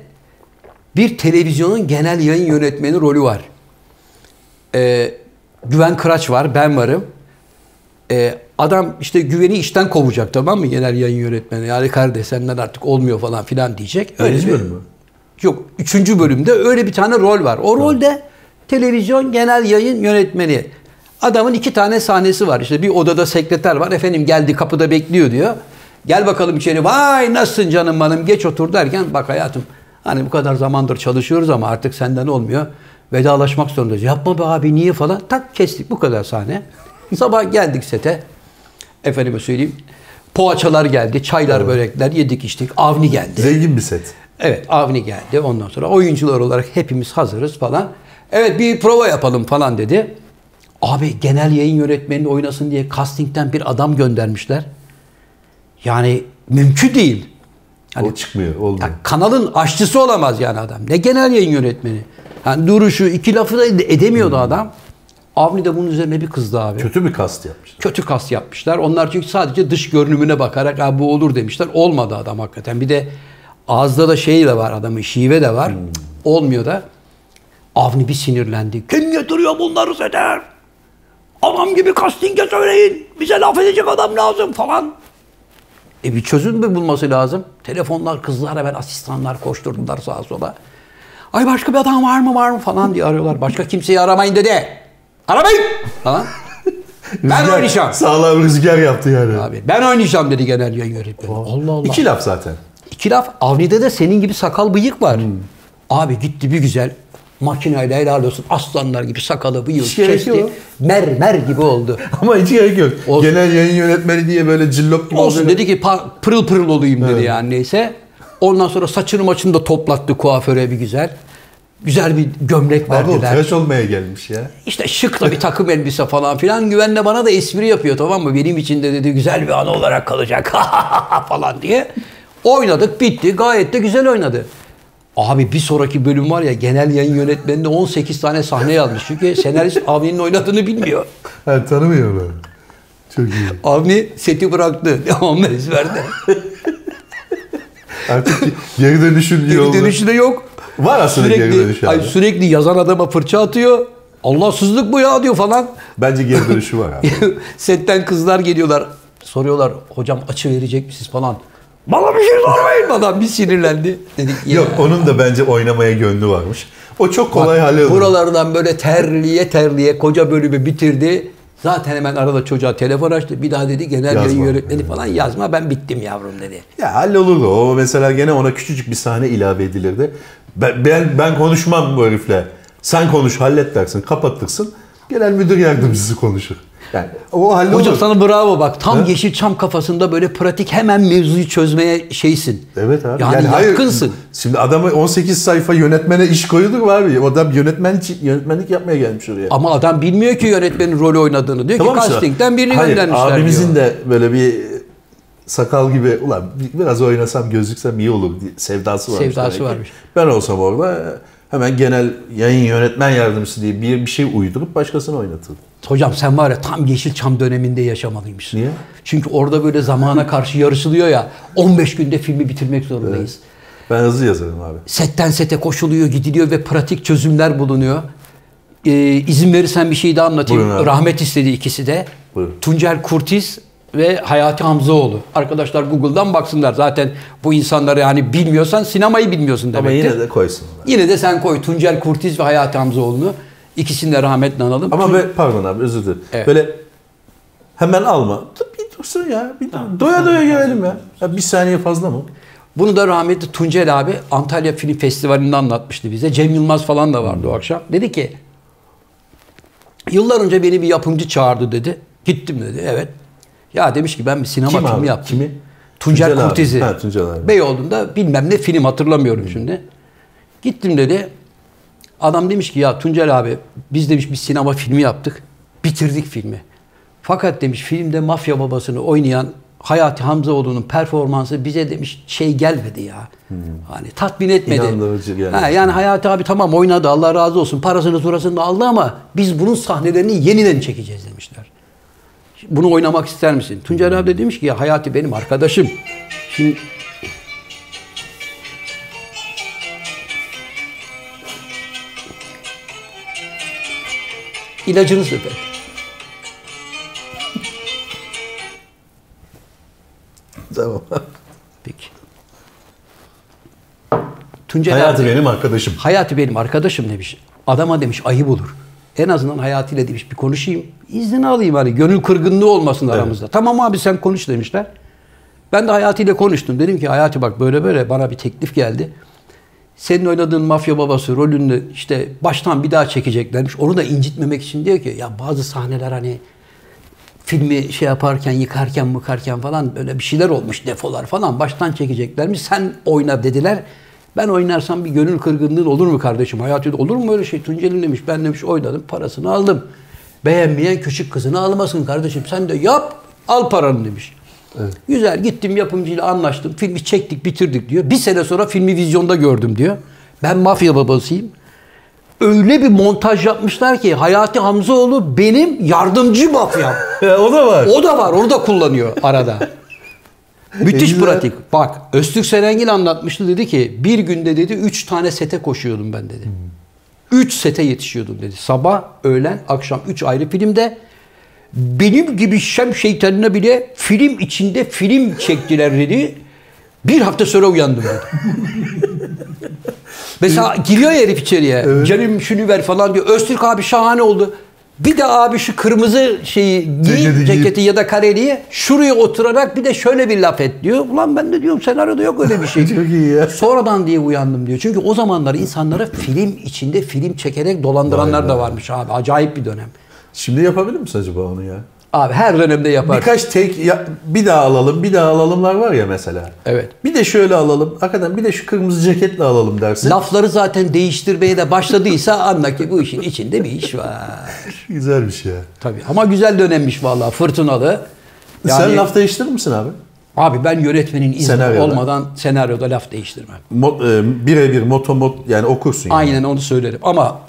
Speaker 1: bir televizyonun genel yayın yönetmeni rolü var. Ee, Güven Kıraç var, ben varım. Ee, adam işte güveni işten kovacak tamam mı genel yayın yönetmeni. Yani kardeş senden artık olmuyor falan filan diyecek.
Speaker 2: Birinci
Speaker 1: bir-
Speaker 2: bölüm mü?
Speaker 1: Yok. Üçüncü bölümde öyle bir tane rol var. O rolde televizyon genel yayın yönetmeni. Adamın iki tane sahnesi var. İşte bir odada sekreter var. Efendim geldi kapıda bekliyor diyor. Gel bakalım içeri. Vay nasılsın canım benim geç otur derken bak hayatım hani bu kadar zamandır çalışıyoruz ama artık senden olmuyor. Vedalaşmak zorundayız. Yapma be abi niye falan. Tak kestik bu kadar sahne. Sabah geldik sete. Efendime söyleyeyim. Poğaçalar geldi, çaylar, börekler yedik içtik. Avni geldi.
Speaker 2: Zengin bir set.
Speaker 1: Evet Avni geldi ondan sonra oyuncular olarak hepimiz hazırız falan. Evet bir prova yapalım falan dedi. Abi genel yayın yönetmenini oynasın diye castingden bir adam göndermişler. Yani mümkün değil. Hani-
Speaker 2: o çıkmıyor. Olmuyor.
Speaker 1: ya kanalın aşçısı olamaz yani adam. Ne genel yayın yönetmeni. Yani duruşu iki lafı da edemiyordu adam. Avni de bunun üzerine bir kızdı abi
Speaker 2: Kötü bir kast yapmış.
Speaker 1: kötü kas yapmışlar. Onlar çünkü sadece dış görünümüne bakarak "Ha, bu olur demişler. Olmadı adam hakikaten. Bir de ağızda da şey de var adamın şive de var. Olmuyor da. Avni bir sinirlendi. Kim getiriyor bunları Seder? Adam gibi castinge söyleyin. Bize laf edecek adam lazım falan. E bir çözüm mü bulması lazım? Telefonlar kızlar hemen asistanlar koşturdular sağa sola. Ay başka bir adam var mı var mı falan diye arıyorlar. Başka kimseyi aramayın dedi. Aramayın falan. ben
Speaker 2: Rüzgar-
Speaker 1: oynayacağım.
Speaker 2: Sağlam rüzgar yaptı yani.
Speaker 1: Abi ben oynayacağım dedi genel yayın yönetmeni. Allah Allah.
Speaker 2: İki laf zaten.
Speaker 1: İki Hilaf Avni'de de senin gibi sakal bıyık var. Abi gitti bir güzel makinayla helal olsun aslanlar gibi sakalı bıyığı
Speaker 2: Hiç gerek
Speaker 1: kesti.
Speaker 2: yok.
Speaker 1: Mermer gibi oldu.
Speaker 2: Ama hiç gerek yok.
Speaker 1: Olsun.
Speaker 2: Genel yayın yönetmeni diye böyle cillop gibi
Speaker 1: Olsun
Speaker 2: olacak.
Speaker 1: dedi ki pa- pırıl pırıl olayım dedi yani neyse. Ondan sonra saçını maçını da toplattı kuaföre bir güzel. Güzel bir gömlek
Speaker 2: Abi o
Speaker 1: verdiler.
Speaker 2: tıraş olmaya gelmiş ya.
Speaker 1: İşte şık da bir takım elbise falan filan. Güvenle bana da espri yapıyor tamam mı? Benim için de dedi güzel bir anı olarak kalacak falan diye. Oynadık bitti. Gayet de güzel oynadı. Abi bir sonraki bölüm var ya genel yayın yönetmeninde 18 tane sahne yazmış. Çünkü senarist Avni'nin oynadığını bilmiyor.
Speaker 2: Ha, tanımıyor böyle. Çok iyi.
Speaker 1: Avni seti bıraktı. Devamlı ezberde.
Speaker 2: Artık geri dönüşün iyi
Speaker 1: Geri
Speaker 2: oldu.
Speaker 1: dönüşü de yok.
Speaker 2: Var aslında geri dönüşü
Speaker 1: ay,
Speaker 2: abi.
Speaker 1: sürekli yazan adama fırça atıyor. Allahsızlık bu ya diyor falan.
Speaker 2: Bence geri dönüşü var abi.
Speaker 1: Setten kızlar geliyorlar. Soruyorlar hocam açı verecek misiniz falan. Bana bir şey sormayın adam bir sinirlendi. Dedik ya.
Speaker 2: Yok onun da bence oynamaya gönlü varmış. O çok kolay
Speaker 1: Bak,
Speaker 2: hallolur.
Speaker 1: Buralardan böyle terliye terliye koca bölümü bitirdi. Zaten hemen arada çocuğa telefon açtı. Bir daha dedi genel
Speaker 2: Yazma.
Speaker 1: yayın yönetmeni falan yazma ben bittim yavrum dedi.
Speaker 2: Ya hallolurdu. O mesela gene ona küçücük bir sahne ilave edilirdi. Ben, ben, ben konuşmam bu herifle. Sen konuş hallet dersin. Kapattırsın. Genel müdür yardımcısı konuşur. Yani o hallolur.
Speaker 1: Hocam sana bravo bak. Tam Yeşilçam kafasında böyle pratik hemen mevzuyu çözmeye şeysin.
Speaker 2: Evet abi.
Speaker 1: Yani,
Speaker 2: hayır,
Speaker 1: yatkınsın.
Speaker 2: Şimdi adamı 18 sayfa yönetmene iş koyulur mu abi? O adam yönetmen, için- yönetmenlik yapmaya gelmiş oraya.
Speaker 1: Ama adam bilmiyor ki yönetmenin rolü oynadığını. Diyor
Speaker 2: mı
Speaker 1: ki
Speaker 2: sana?
Speaker 1: castingden birini
Speaker 2: Hayır,
Speaker 1: göndermişler diyor.
Speaker 2: abimizin de böyle bir sakal gibi ulan bi- biraz oynasam gözüksem iyi olur diye sevdası varmış.
Speaker 1: Sevdası
Speaker 2: demek ki.
Speaker 1: varmış.
Speaker 2: Ben olsam orada hemen genel yayın yönetmen yardımcısı diye bir, bir şey uydurup başkasını oynatırdım.
Speaker 1: Hocam sen var ya tam Yeşilçam döneminde yaşamalıymışsın.
Speaker 2: Niye?
Speaker 1: Çünkü orada böyle zamana karşı yarışılıyor ya. 15 günde filmi bitirmek zorundayız.
Speaker 2: Ben hızlı yazarım abi.
Speaker 1: Setten sete koşuluyor, gidiliyor ve pratik çözümler bulunuyor. Ee, izin verirsen bir şey daha anlatayım.
Speaker 2: Buyurun abi.
Speaker 1: Rahmet istedi ikisi de.
Speaker 2: Buyurun.
Speaker 1: Tuncel Kurtiz ve Hayati Hamzaoğlu. Arkadaşlar Google'dan baksınlar. Zaten bu insanları yani bilmiyorsan sinemayı bilmiyorsun
Speaker 2: Ama
Speaker 1: demektir.
Speaker 2: yine de koysun. ona.
Speaker 1: Yine de sen koy Tuncel Kurtiz ve Hayati Hamzaoğlu'nu. İkisini de rahmetle analım.
Speaker 2: Ama
Speaker 1: Tun-
Speaker 2: be, pardon abi özür dilerim.
Speaker 1: Evet.
Speaker 2: Böyle hemen alma. Dur, Bir dursun ya. Bir doya doya gelelim ya. ya. Bir saniye fazla mı?
Speaker 1: Bunu da rahmetli Tuncel abi Antalya Film Festivali'nde anlatmıştı bize. Cem Yılmaz falan da vardı o akşam. Dedi ki yıllar önce beni bir yapımcı çağırdı dedi. Gittim dedi evet. Ya demiş ki ben bir sinema
Speaker 2: Kim
Speaker 1: filmi
Speaker 2: abi?
Speaker 1: yaptım.
Speaker 2: Kimi?
Speaker 1: Tuncel,
Speaker 2: Tuncel abi.
Speaker 1: Kurtiz'i.
Speaker 2: Ha, Tuncel abi.
Speaker 1: Beyoğlu'nda bilmem ne film hatırlamıyorum şimdi. Gittim dedi. Adam demiş ki ya Tuncel abi biz demiş bir sinema filmi yaptık. Bitirdik filmi. Fakat demiş filmde mafya babasını oynayan Hayati Hamzaoğlu'nun performansı bize demiş şey gelmedi ya. Hani tatmin etmedi.
Speaker 2: İnandırıcı gelmedi.
Speaker 1: Ha, yani Hayati abi tamam oynadı Allah razı olsun parasını surasını da aldı ama biz bunun sahnelerini yeniden çekeceğiz demişler. Bunu oynamak ister misin? Tuncel abi de demiş ki ya Hayati benim arkadaşım. Şimdi İlacınız öpe.
Speaker 2: Tamam.
Speaker 1: Peki. Tuncel
Speaker 2: Hayatı
Speaker 1: abi,
Speaker 2: benim arkadaşım.
Speaker 1: Hayati benim arkadaşım demiş. Adama demiş ayıp olur. En azından Hayati ile demiş bir konuşayım. İznini alayım hani gönül kırgınlığı olmasın aramızda. Tamam abi sen konuş demişler. Ben de Hayati ile konuştum. Dedim ki Hayati bak böyle böyle bana bir teklif geldi. Senin oynadığın mafya babası rolünü işte baştan bir daha çekeceklermiş. Onu da incitmemek için diyor ki ya bazı sahneler hani filmi şey yaparken, yıkarken, mıkarken falan böyle bir şeyler olmuş defolar falan. Baştan çekeceklermiş. Sen oyna dediler. Ben oynarsam bir gönül kırgınlığı olur mu kardeşim? Hayat dedi, olur mu öyle şey? Tuncel'in demiş. Ben demiş oynadım. Parasını aldım. Beğenmeyen küçük kızını almasın kardeşim. Sen de yap. Al paranı demiş. Güzel gittim yapımcıyla anlaştım. Filmi çektik bitirdik diyor. Bir sene sonra filmi vizyonda gördüm diyor. Ben mafya babasıyım öyle bir montaj yapmışlar ki Hayati Hamzaoğlu benim yardımcı mafyam.
Speaker 2: o da var.
Speaker 1: O da var, onu da kullanıyor arada. Müthiş
Speaker 2: Güzel.
Speaker 1: pratik. Bak Öztürk Serengil anlatmıştı dedi ki bir günde dedi 3 tane sete koşuyordum ben dedi. 3 sete yetişiyordum dedi. Sabah, öğlen, akşam 3 ayrı filmde. Benim gibi şem şeytanına bile film içinde film çektiler dedi. Bir hafta sonra uyandım dedi. Mesela giriyor ya herif içeriye. Canım şunu ver falan diyor. Öztürk abi şahane oldu. Bir de abi şu kırmızı şeyi giy,
Speaker 2: Ceketi giy.
Speaker 1: ceketi ya da kareliği şuraya oturarak bir de şöyle bir laf et diyor. Ulan ben de diyorum senaryoda yok öyle bir şey.
Speaker 2: Çok iyi ya.
Speaker 1: Sonradan diye uyandım diyor. Çünkü o zamanlar insanlara film içinde film çekerek dolandıranlar da varmış abi. Acayip bir dönem.
Speaker 2: Şimdi yapabilir misin acaba onu ya?
Speaker 1: Abi her dönemde yapar.
Speaker 2: Birkaç tek ya, bir daha alalım, bir daha alalımlar var ya mesela.
Speaker 1: Evet.
Speaker 2: Bir de şöyle alalım, hakikaten bir de şu kırmızı ceketle alalım dersin.
Speaker 1: Lafları zaten değiştirmeye de başladıysa anla ki bu işin içinde bir iş var.
Speaker 2: Güzel bir şey ya.
Speaker 1: Tabii ama güzel dönemmmiş vallahi fırtınalı.
Speaker 2: Sen laf değiştirir misin abi?
Speaker 1: Abi ben yönetmenin izni
Speaker 2: Senaryoda.
Speaker 1: olmadan senaryoda laf değiştirmem.
Speaker 2: Mo, e, birebir moto mot yani okursun yani.
Speaker 1: Aynen onu söylerim ama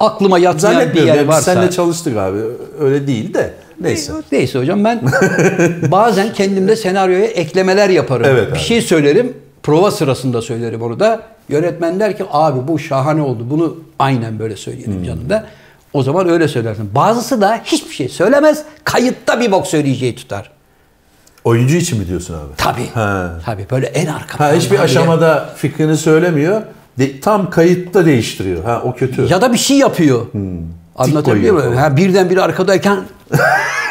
Speaker 1: aklıma yatmayan bir
Speaker 2: Zannetmiyorum.
Speaker 1: yer
Speaker 2: Yani biz
Speaker 1: varsa.
Speaker 2: seninle çalıştık abi. Öyle değil de. Neyse.
Speaker 1: Neyse hocam ben bazen kendimde senaryoya eklemeler yaparım.
Speaker 2: Evet
Speaker 1: bir
Speaker 2: abi.
Speaker 1: şey söylerim, prova sırasında söylerim onu da. Yönetmen der ki abi bu şahane oldu. Bunu aynen böyle söyleyelim
Speaker 2: Hmm.
Speaker 1: canım da. O zaman öyle söylersin. Bazısı da hiçbir şey söylemez. Kayıtta bir bok söyleyeceği tutar.
Speaker 2: Oyuncu için mi diyorsun abi?
Speaker 1: Tabii.
Speaker 2: Ha.
Speaker 1: Tabii böyle en arka.
Speaker 2: Ha, hiçbir
Speaker 1: planda bile-
Speaker 2: aşamada fikrini söylemiyor. De- tam kayıtta değiştiriyor. Ha o kötü.
Speaker 1: Ya da bir şey yapıyor. Anlatabiliyor
Speaker 2: Hmm. koyuyor
Speaker 1: muyum?
Speaker 2: falan.
Speaker 1: Ha, birdenbire arkadayken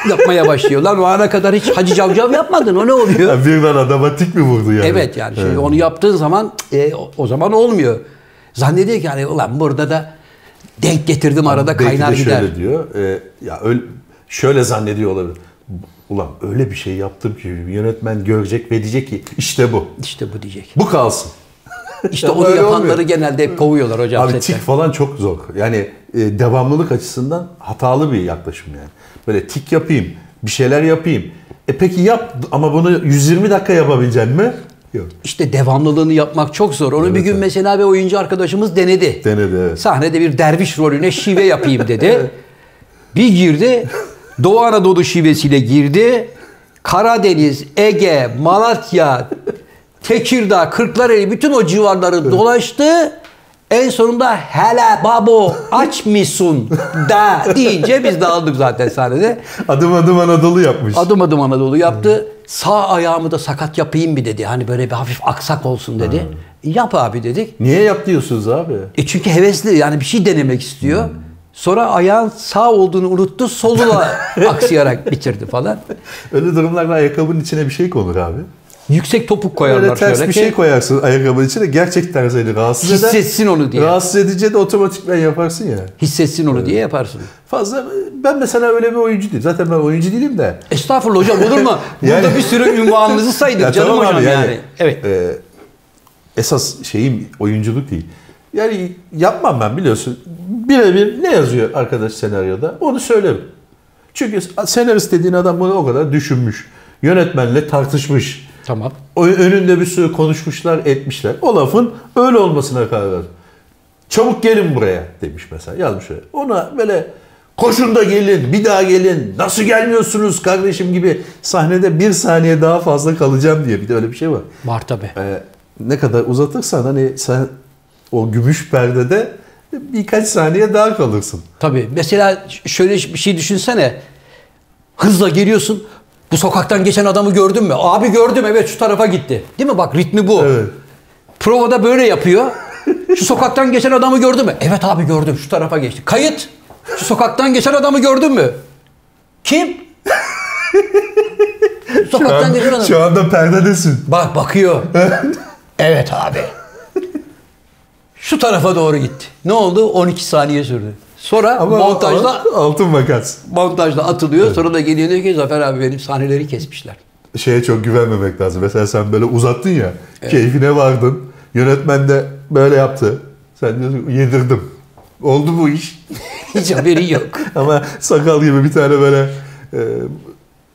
Speaker 1: yapmaya başlıyor. Lan o ana kadar hiç hacı cavcav yapmadın. O ne oluyor?
Speaker 2: Ha, birden adama tik mi vurdu yani?
Speaker 1: Evet yani şimdi onu yaptığın zaman e, o- o zaman olmuyor. Zannediyor ki hani ulan burada da denk getirdim arada
Speaker 2: Belki
Speaker 1: kaynar
Speaker 2: de
Speaker 1: gider.
Speaker 2: şöyle diyor. e, ya öyle, şöyle zannediyor olabilir. Ulan öyle bir şey yaptım ki yönetmen görecek ve diyecek ki işte bu.
Speaker 1: İşte bu diyecek.
Speaker 2: Bu kalsın.
Speaker 1: İşte
Speaker 2: Ama
Speaker 1: onu
Speaker 2: öyle
Speaker 1: yapanları
Speaker 2: olmuyor.
Speaker 1: genelde hep kovuyorlar hocam.
Speaker 2: Abi
Speaker 1: setten.
Speaker 2: tik falan çok zor. Yani e, devamlılık açısından hatalı bir yaklaşım yani. Böyle tik yapayım, bir şeyler yapayım. E peki yap ama bunu 120 dakika yapabilecek mi? Yok.
Speaker 1: İşte devamlılığını yapmak çok zor. Onu bir gün mesela bir oyuncu arkadaşımız denedi.
Speaker 2: Denedi, evet.
Speaker 1: Sahnede bir derviş rolüne şive yapayım dedi. bir girdi. Doğu Anadolu şivesiyle girdi. Karadeniz, Ege, Malatya, Tekirdağ, Kırklareli bütün o civarları dolaştı. En sonunda hele babo aç mısın da deyince biz de aldık zaten sahnede.
Speaker 2: Adım adım Anadolu yapmış.
Speaker 1: Adım adım Anadolu yaptı. Sağ ayağımı da sakat yapayım bir dedi. Hani böyle bir hafif aksak olsun dedi.
Speaker 2: Hmm.
Speaker 1: Yap abi dedik.
Speaker 2: Niye yap diyorsunuz abi?
Speaker 1: E çünkü hevesli yani bir şey denemek istiyor.
Speaker 2: Hmm.
Speaker 1: Sonra ayağın sağ olduğunu unuttu. Soluna aksayarak bitirdi falan.
Speaker 2: Öyle durumlarda ayakkabının içine bir şey konur abi.
Speaker 1: Yüksek topuk koyarlar
Speaker 2: Böyle ters
Speaker 1: şöyle
Speaker 2: bir
Speaker 1: ki,
Speaker 2: şey koyarsın ayakkabının içine gerçekten seni rahatsız eder.
Speaker 1: Hissetsin onu diye.
Speaker 2: Rahatsız edince de otomatikman yaparsın ya.
Speaker 1: hissetsin onu diye yaparsın.
Speaker 2: Fazla ben mesela öyle bir oyuncu değilim. Zaten ben oyuncu değilim de.
Speaker 1: Estağfurullah hocam olur mu? Burada
Speaker 2: Yani-
Speaker 1: bir sürü ünvanınızı saydık
Speaker 2: Ya
Speaker 1: canım
Speaker 2: tamam abi,
Speaker 1: hocam yani.
Speaker 2: yani.
Speaker 1: Evet.
Speaker 2: Ee, esas şeyim oyunculuk değil. Yani yapmam ben biliyorsun. Birebir ne yazıyor arkadaş senaryoda onu söylerim. Çünkü senarist dediğin adam bunu o kadar düşünmüş. Yönetmenle tartışmış.
Speaker 1: Tamam.
Speaker 2: O önünde bir sürü konuşmuşlar, etmişler. O lafın öyle olmasına karar verdim. Çabuk gelin buraya demiş mesela. Yazmış öyle. Ona böyle koşun da gelin, bir daha gelin. Nasıl gelmiyorsunuz kardeşim gibi sahnede bir saniye daha fazla kalacağım diye. Bir de öyle bir şey var.
Speaker 1: Var tabii.
Speaker 2: Ee, ne kadar uzatırsan hani sen o gümüş perdede birkaç saniye daha kalırsın.
Speaker 1: Tabii. Mesela ş- şöyle bir şey düşünsene. Hızla geliyorsun. Bu sokaktan geçen adamı gördün mü? Abi gördüm evet şu tarafa gitti. Değil mi? Bak ritmi bu.
Speaker 2: Evet.
Speaker 1: Provada böyle yapıyor. Şu sokaktan geçen adamı gördün mü? Evet abi gördüm şu tarafa geçti. Kayıt. Şu sokaktan geçen adamı gördün mü? Kim? sokaktan geçen adam.
Speaker 2: Şu anda perdedesin.
Speaker 1: Bak bakıyor. evet abi. Şu tarafa doğru gitti. Ne oldu? 12 saniye sürdü. Sonra
Speaker 2: Ama
Speaker 1: montajda
Speaker 2: altın makas.
Speaker 1: montajla atılıyor. Sonra da geliyor diyor ki Zafer abi benim sahneleri kesmişler.
Speaker 2: şeye çok güvenmemek lazım. Mesela sen böyle uzattın ya, keyfine vardın. Yönetmen de böyle yaptı. Sen diyorsun yedirdim. Oldu bu iş.
Speaker 1: Hiç haberi yok.
Speaker 2: Ama sakal gibi bir tane böyle e,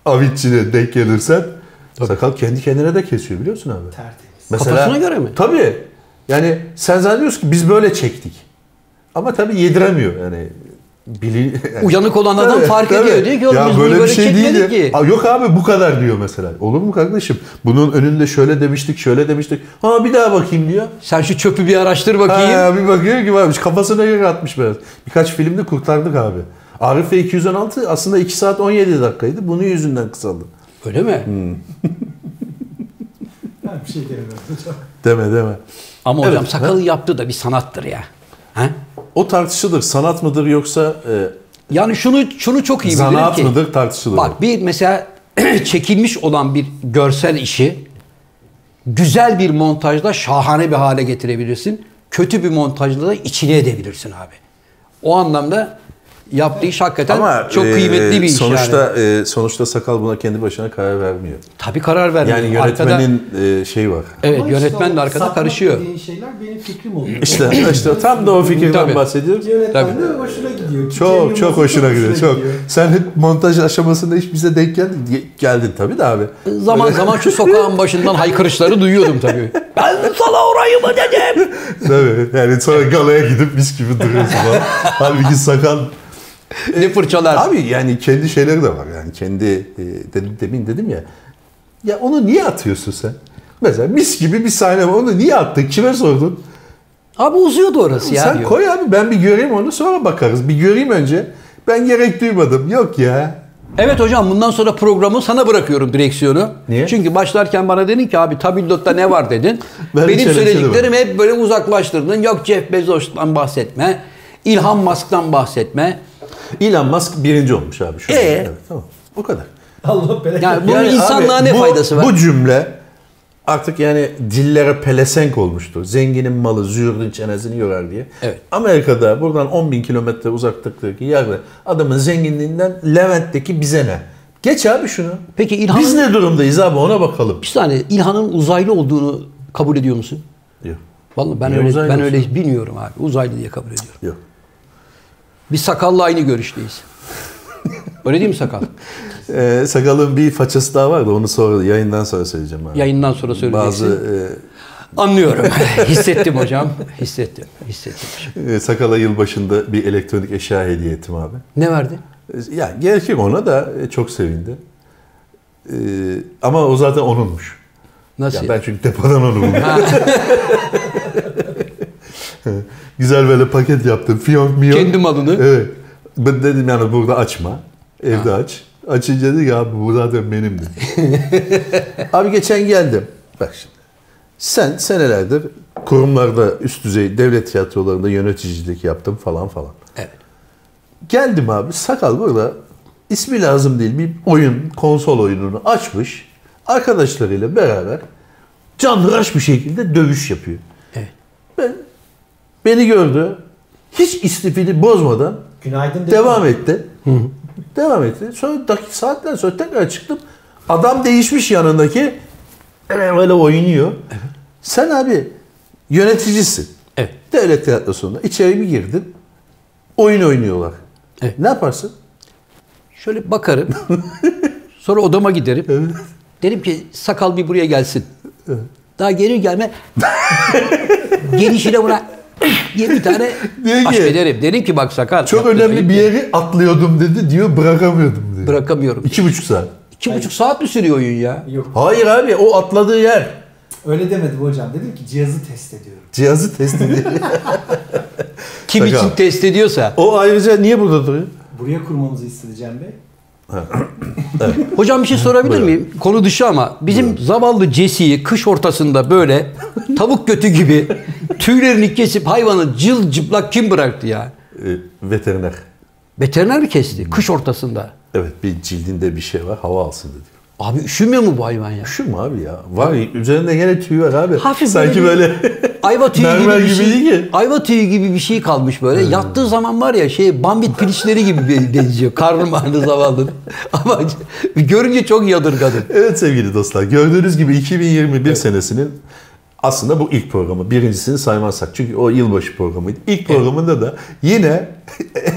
Speaker 2: avitçine denk gelirsen sakal kendi kendine de kesiyor biliyorsun abi.
Speaker 3: Tertemiz.
Speaker 1: Kafasına göre mi?
Speaker 2: Tabii. Yani sen zannediyorsun ki biz böyle çektik. Ama tabii yediremiyor yani. Bili,
Speaker 1: Uyanık olan adam fark ediyor. Diyor ki, "Oğlum biz bunu böyle çekmedik
Speaker 2: şey değil de-
Speaker 1: ki."
Speaker 2: Aa, yok abi bu kadar diyor mesela. Olur mu kardeşim? Bunun önünde şöyle demiştik, şöyle demiştik. Ha bir daha bakayım diyor.
Speaker 1: Sen şu çöpü bir araştır bakayım.
Speaker 2: Ha, bir bakıyor ki varmış. Kafasına göre atmış biraz. Birkaç filmde kurtardık abi. Arif ve 216 aslında 2 saat 17 dakikaydı. Bunun yüzünden kısaldı.
Speaker 1: Öyle mi?
Speaker 2: Hmm.
Speaker 3: Ben bir şey demiyorum hocam.
Speaker 2: Deme deme.
Speaker 1: Ama
Speaker 2: Evet,
Speaker 1: hocam sakalı yaptı da bir sanattır ya. Ha?
Speaker 2: O tartışılır. Sanat mıdır yoksa e,
Speaker 1: Yani şunu şunu çok iyi bilirim
Speaker 2: Zanaat
Speaker 1: Şey, ki.
Speaker 2: mıdır tartışılır.
Speaker 1: Bak bir mesela çekilmiş olan bir görsel işi güzel bir montajla şahane bir hale getirebilirsin. Kötü bir montajla da içine edebilirsin abi. O anlamda yaptığı iş hakikaten çok
Speaker 2: e,
Speaker 1: kıymetli bir iş yani.
Speaker 2: sonuçta, e, sonuçta sakal buna kendi başına karar vermiyor.
Speaker 1: Tabii karar vermiyor.
Speaker 2: Yani
Speaker 1: Arkada-
Speaker 2: yönetmenin e, şeyi var.
Speaker 1: evet
Speaker 3: Ama işte
Speaker 1: yönetmen de
Speaker 3: o
Speaker 1: arkada
Speaker 3: satmak
Speaker 1: karışıyor.
Speaker 3: dediğin şeyler benim fikrim oluyor.
Speaker 2: İşte, işte tam da o
Speaker 1: Tabii.
Speaker 2: fikirden bahsediyoruz.
Speaker 3: Yönetmen de hoşuna gidiyor.
Speaker 2: Çok çok hoşuna gidiyor. Çok.
Speaker 3: gidiyor.
Speaker 2: Sen hep montaj aşamasında hiç bize denk geldin, ge- geldin tabii de abi.
Speaker 1: Zaman zaman şu sokağın başından haykırışları duyuyordum tabii. Ben sana orayı mı dedim?
Speaker 2: Tabii. Yani sonra galaya gidip biz gibi duruyoruz falan. Halbuki sakal
Speaker 1: ne fırçalar.
Speaker 2: Abi yani kendi şeyleri de var yani kendi e, dedim, demin dedim ya ya onu niye atıyorsun sen? Mesela mis gibi bir sahne var onu niye attın kime sordun?
Speaker 1: Abi uzuyordu orası ya
Speaker 2: sen
Speaker 1: diyor.
Speaker 2: koy abi ben bir göreyim onu sonra bakarız bir göreyim önce ben gerek duymadım yok ya.
Speaker 1: Evet hocam bundan sonra programı sana bırakıyorum direksiyonu.
Speaker 2: Niye?
Speaker 1: Çünkü başlarken bana dedin ki abi tabildota ne var dedin.
Speaker 2: Ben
Speaker 1: Benim
Speaker 2: hiç öyle bir şey
Speaker 1: söylediklerim hep böyle uzaklaştırdın. Yok Jeff Bezos'tan bahsetme. Elon Musk'tan bahsetme.
Speaker 2: Elon Musk birinci olmuş abi şu an.
Speaker 1: Ee?
Speaker 2: Evet, tamam o kadar.
Speaker 3: Allah bereket.
Speaker 1: Yani bunun
Speaker 2: Yani
Speaker 1: insanlığa
Speaker 2: abi,
Speaker 1: ne
Speaker 2: bu-
Speaker 1: faydası var?
Speaker 2: Bu cümle artık yani dillere pelesenk olmuştu. Zenginin malı züğürdün çenesini yorar diye.
Speaker 1: Evet.
Speaker 2: Amerika'da buradan 10 bin kilometre uzaklıktaki yerde adamın zenginliğinden Levent'teki bize ne? Geç abi şunu.
Speaker 1: Peki İlhan'ın-
Speaker 2: Biz ne durumdayız abi ona bakalım.
Speaker 1: Bir saniye hani İlhan'ın uzaylı olduğunu kabul ediyor musun?
Speaker 2: Diyor.
Speaker 1: Vallahi ben
Speaker 2: Niye
Speaker 1: öyle
Speaker 2: uzaylı
Speaker 1: ben
Speaker 2: olsun?
Speaker 1: öyle bilmiyorum abi. Uzaylı diye kabul ediyorum.
Speaker 2: Yok.
Speaker 1: Biz sakalla aynı görüşteyiz. öyle değil mi sakal?
Speaker 2: Ee, sakalın bir façası daha var da onu sonra yayından sonra söyleyeceğim abi.
Speaker 1: Yayından sonra söyleyeceksin.
Speaker 2: Bazı
Speaker 1: Anlıyorum. hissettim hocam. Hissettim. Hissettim.
Speaker 2: e, e, sakala yılbaşında bir elektronik eşya hediye ettim abi.
Speaker 1: Ne verdi?
Speaker 2: Ya gerçek ona da e, çok sevindi. Ee, ama o zaten onunmuş. Ya
Speaker 1: Nasıl?
Speaker 2: ben çünkü depodan onu buldum. Güzel böyle paket yaptım. Fiyonk miyon.
Speaker 1: Kendi malını.
Speaker 2: Evet. Ben dedim yani burada açma. Evde aç. Açınca dedi ki abi bu zaten benim dedi. abi geçen geldim. Bak şimdi. Sen senelerdir kurumlarda üst düzey devlet tiyatrolarında yöneticilik yaptım falan falan.
Speaker 1: Evet.
Speaker 2: Geldim abi sakal burada ismi lazım değil bir oyun konsol oyununu açmış. Arkadaşlarıyla beraber canhıraş bir şekilde dövüş yapıyor.
Speaker 1: Evet.
Speaker 2: Ben, beni gördü. Hiç istifini bozmadan
Speaker 3: Günaydın dedi.
Speaker 2: devam etti. Devam etti. Sonra dakik saatler sonra tekrar çıktım. Adam değişmiş yanındaki. Öyle böyle oynuyor. Sen abi yöneticisin.
Speaker 1: Evet.
Speaker 2: Devlet tiyatrosunda içeri bir girdin. Oyun oynuyorlar.
Speaker 1: Evet.
Speaker 2: Ne yaparsın?
Speaker 1: Şöyle bakarım. Sonra odama giderim. Derim ki sakal bir buraya gelsin. Daha gelir gelme gelişine buna diye bir tane
Speaker 2: Diyor ki,
Speaker 1: aşk ederim. Derim ki bak sakal.
Speaker 2: Çok
Speaker 1: yaptın
Speaker 2: önemli
Speaker 1: ayıp
Speaker 2: bir
Speaker 1: ya.
Speaker 2: yeri atlıyordum dedi diyor bırakamıyordum diyor.
Speaker 1: Bırakamıyorum.
Speaker 2: İki buçuk saat.
Speaker 1: İki buçuk saat mi sürüyor oyun ya?
Speaker 3: Yok
Speaker 2: Hayır abi o atladığı yer.
Speaker 3: öyle demedim hocam. Dedim ki cihazı test ediyorum.
Speaker 2: Cihazı test ediyor.
Speaker 1: Kim
Speaker 2: Sakal.
Speaker 1: için test ediyorsa.
Speaker 2: o ayrıca niye burada duruyor?
Speaker 3: Buraya kurmamızı istedi Cem Bey.
Speaker 1: Hocam bir şey sorabilir
Speaker 2: Buyurun.
Speaker 1: miyim? Konu dışı ama bizim zavallı Cesi'yi kış ortasında böyle tavuk götü gibi tüylerini kesip hayvanı cıl cıplak kim bıraktı ya?
Speaker 2: Ee, veteriner.
Speaker 1: Veteriner mi kesti kış ortasında?
Speaker 2: Evet bir cildinde bir şey var hava alsın dedi.
Speaker 1: Abi üşümüyor mu bu hayvan ya?
Speaker 2: Üşür mü abi ya? Var üzerinde gene tüy var abi.
Speaker 1: Hafif
Speaker 2: Sanki
Speaker 1: böyle
Speaker 2: böyle...
Speaker 1: Ayva tüyü
Speaker 2: Mermer
Speaker 1: gibi bir
Speaker 2: gibi
Speaker 1: şey.
Speaker 2: değil ki.
Speaker 1: Ayva tüyü gibi bir şey kalmış böyle. Yattığı zaman var ya şey bambit pirinçleri gibi bir benziyor. Karnım ağrıdı zavallı. Ama görünce çok yadırgadım.
Speaker 2: evet sevgili dostlar gördüğünüz gibi 2021 senesinin aslında bu ilk programı. Birincisini saymazsak. Çünkü o yılbaşı programıydı. İlk programında da yine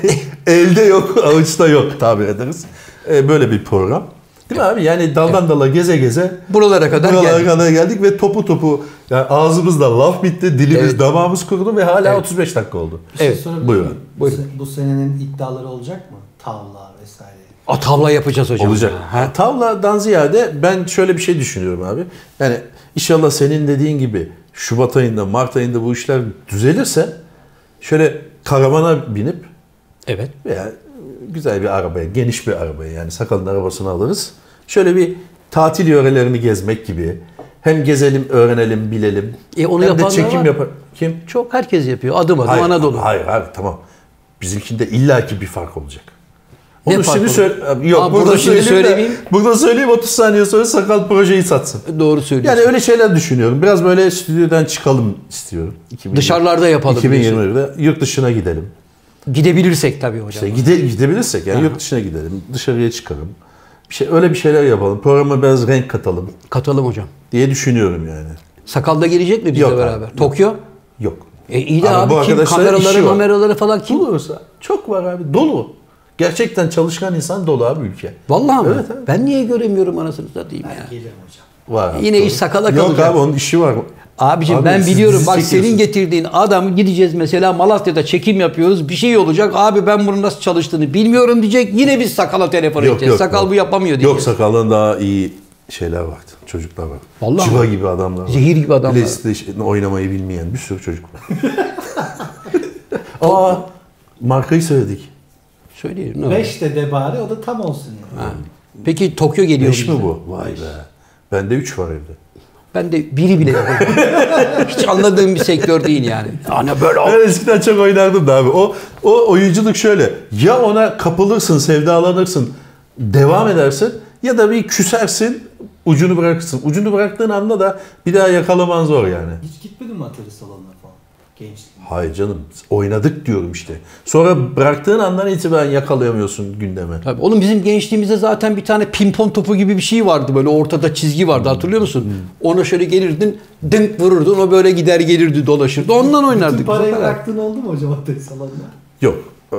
Speaker 2: elde yok, avuçta yok tabir ederiz. Ee, böyle bir program. Değil mi abi? Yani daldan dala geze geze
Speaker 1: Buralara kadar
Speaker 2: buralara
Speaker 1: geldik.
Speaker 2: kadar geldik ve topu topu yani ağzımızda laf bitti, dilimiz,
Speaker 1: Evet.
Speaker 2: damağımız kurudu ve hala 35 dakika oldu.
Speaker 3: Bir şey
Speaker 1: Evet,
Speaker 3: sorabilir
Speaker 2: buyurun.
Speaker 3: miyim? Bu
Speaker 1: Buyurun.
Speaker 3: se- Bu senenin iddiaları olacak mı? Tavla vesaire.
Speaker 1: A tavla yapacağız hocam.
Speaker 2: Olacak.
Speaker 1: Ha?
Speaker 2: Tavladan ziyade ben şöyle bir şey düşünüyorum abi. Yani inşallah senin dediğin gibi Şubat ayında, Mart ayında bu işler düzelirse şöyle karavana binip
Speaker 1: Evet.
Speaker 2: veya güzel bir arabaya, geniş bir arabaya yani sakalın arabasını alırız. Şöyle bir tatil yörelerini gezmek gibi. Hem gezelim, öğrenelim, bilelim.
Speaker 1: E, onu
Speaker 2: hem de
Speaker 1: yapanlar
Speaker 2: çekim
Speaker 1: var.
Speaker 2: yapar. Kim?
Speaker 1: Çok herkes yapıyor. Adım adım
Speaker 2: Hayır,
Speaker 1: Anadolu.
Speaker 2: Hayır abi tamam. Bizimkinde illaki bir fark olacak.
Speaker 1: Ne
Speaker 2: Onu şimdi
Speaker 1: farkı
Speaker 2: söyle
Speaker 1: olur?
Speaker 2: yok
Speaker 1: Ha,
Speaker 2: burada,
Speaker 1: burada şimdi
Speaker 2: söyleyeyim.
Speaker 1: söylemeyeyim.
Speaker 2: De, burada söyleyeyim 30 saniye sonra sakal projeyi satsın.
Speaker 1: Doğru söylüyorsun.
Speaker 2: Yani öyle şeyler düşünüyorum. Biraz böyle stüdyodan çıkalım istiyorum. 2020.
Speaker 1: Dışarılarda yapalım. diyorsun.
Speaker 2: 2021'de yurt dışına gidelim.
Speaker 1: Gidebilirsek tabii hocam.
Speaker 2: İşte gide, gidebilirsek yani yurt dışına gidelim. Dışarıya çıkalım. Bir şey öyle bir şeyler yapalım. Programa biraz renk katalım
Speaker 1: Katalım hocam.
Speaker 2: diye düşünüyorum yani.
Speaker 1: Sakal da gelecek mi bizle
Speaker 2: Yok abi,
Speaker 1: beraber?
Speaker 2: yok.
Speaker 1: Tokyo?
Speaker 2: Yok.
Speaker 1: E iyi de
Speaker 2: Abi
Speaker 1: abi,
Speaker 2: bu
Speaker 1: kim
Speaker 2: arkadaşların
Speaker 1: kameraları
Speaker 2: işi var.
Speaker 1: kameraları falan kim?
Speaker 2: Dolu mesela. Çok var abi. Dolu. Gerçekten çalışkan insan dolu abi ülke.
Speaker 1: Vallahi mi?
Speaker 2: Evet abi.
Speaker 1: Ben niye göremiyorum anasını satayım ya.
Speaker 3: Gelirim hocam.
Speaker 2: Var abi,
Speaker 1: Yine
Speaker 2: dolu.
Speaker 1: iş sakala
Speaker 2: Yok
Speaker 1: kalacak.
Speaker 2: abi onun işi var.
Speaker 1: Abicim
Speaker 2: Abi
Speaker 1: ben
Speaker 2: siz
Speaker 1: biliyorum
Speaker 2: dizi
Speaker 1: bak senin
Speaker 2: çekiyorsunuz.
Speaker 1: getirdiğin adam gideceğiz mesela Malatya'da çekim yapıyoruz bir şey olacak abi ben bunun nasıl çalıştığını bilmiyorum diyecek yine biz sakala telefon edeceğiz sakal bu yapamıyor diyeceğiz.
Speaker 2: Yok sakaldan daha iyi şeyler vardı. Çocuklar var.
Speaker 1: Vallahi
Speaker 2: Civa
Speaker 1: mi?
Speaker 2: gibi adamlar var.
Speaker 1: Zehir gibi adamlar.
Speaker 2: PlayStation oynamayı bilmeyen bir sürü çocuk var. Aa markayı söyledik.
Speaker 1: Söyleyeyim ne var?
Speaker 3: 5 de de bari o da tam olsun yani.
Speaker 1: Ha. Peki Tokyo geliyor.
Speaker 2: 5 mi
Speaker 1: bize.
Speaker 2: bu? Vay be. Bende 3 var evde.
Speaker 1: Ben de biri bile yok. Hiç anladığım bir sektör değil yani. Ana böyle
Speaker 2: Ben eskiden çok oynardım da abi. O, o oyunculuk şöyle. Ya ona kapılırsın, sevdalanırsın, devam edersin ya da bir küsersin, ucunu bırakırsın. Ucunu bıraktığın anda da bir daha yakalaman zor yani.
Speaker 3: Hiç gitmedin mi atölye salonuna falan? Gençliğinde.
Speaker 2: Hayır canım oynadık diyorum işte. Sonra bıraktığın andan itibaren yakalayamıyorsun gündeme.
Speaker 1: Tabii. Oğlum bizim gençliğimizde zaten bir tane pimpon topu gibi bir şey vardı. Böyle ortada çizgi vardı hatırlıyor musun?
Speaker 2: Hmm.
Speaker 1: Ona şöyle gelirdin, dınk vururdun. O böyle gider gelirdi, dolaşırdı. Ondan
Speaker 3: Bütün
Speaker 1: oynardık.
Speaker 3: parayı
Speaker 1: Bu kadar.
Speaker 3: bıraktığın oldu mu hocam atölye salonuna?
Speaker 2: Yok.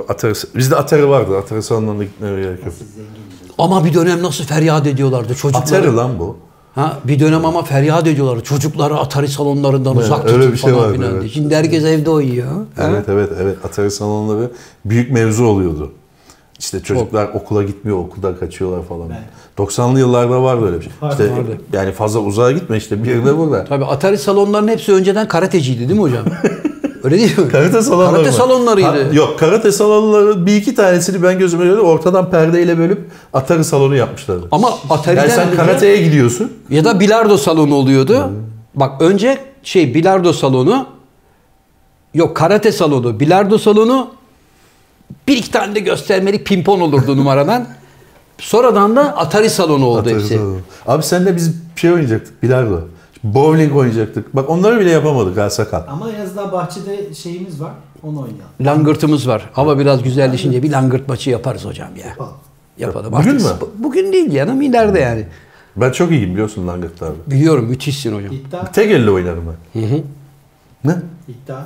Speaker 2: Atarı, bizde atarı vardı. Atarı salonlarına gitmeye gerek yok.
Speaker 3: Siz zengindiniz.
Speaker 1: Ama bir dönem nasıl feryat ediyorlardı çocukları.
Speaker 2: Atarı lan bu.
Speaker 1: Ha, bir dönem ama feryat ediyorlardı. Çocukları Atari salonlarından
Speaker 2: Evet,
Speaker 1: uzak
Speaker 2: öyle
Speaker 1: tutun
Speaker 2: bir şey
Speaker 1: falan
Speaker 2: vardı,
Speaker 1: filan.
Speaker 2: evet.
Speaker 1: diye. Şimdi herkes evde oynuyor. Ha?
Speaker 2: Evet evet evet. Atari salonları büyük mevzu oluyordu. İşte çocuklar okula gitmiyor, okuldan kaçıyorlar falan.
Speaker 3: Evet.
Speaker 2: 90'lı yıllarda var böyle bir şey.
Speaker 3: Vardı,
Speaker 2: İşte
Speaker 1: vardı.
Speaker 2: yani fazla uzağa gitme işte bir de burada.
Speaker 1: Tabii Atari salonlarının hepsi önceden karateciydi değil mi hocam? Öyle değil mi?
Speaker 2: Karate salonları
Speaker 1: Karate
Speaker 2: mı?
Speaker 1: salonlarıydı.
Speaker 2: Ha, yok karate salonları bir iki tanesini ben gözüme gördüm. Ortadan perdeyle bölüp Atari salonu yapmışlardı.
Speaker 1: Ama Atari'den
Speaker 2: Yani sen karateye gidiyorsun.
Speaker 1: Ya da bilardo salonu oluyordu. Bak önce şey bilardo salonu yok karate salonu, bilardo salonu bir iki tane de göstermelik pimpon olurdu numaradan. Sonradan da Atari şey. salonu oldu
Speaker 2: Atari
Speaker 1: hepsi.
Speaker 2: salonu. Abi senle biz bir şey oynayacaktık bilardo. Bowling oynayacaktık. Bak onları bile yapamadık ha sakal.
Speaker 3: Ama en azından bahçede şeyimiz var. Onu oynayalım.
Speaker 1: Langırtımız var. Hava biraz güzelleşince bir langırt maçı yaparız hocam ya.
Speaker 3: Yapalım.
Speaker 1: Yapalım.
Speaker 2: Bugün mü?
Speaker 1: sp- Bugün değil canım ileride yani.
Speaker 2: Ben çok iyiyim biliyorsun langırt abi.
Speaker 1: Biliyorum müthişsin hocam.
Speaker 3: İddia.
Speaker 2: Tek elle oynarım ben. Ne?
Speaker 3: İddia.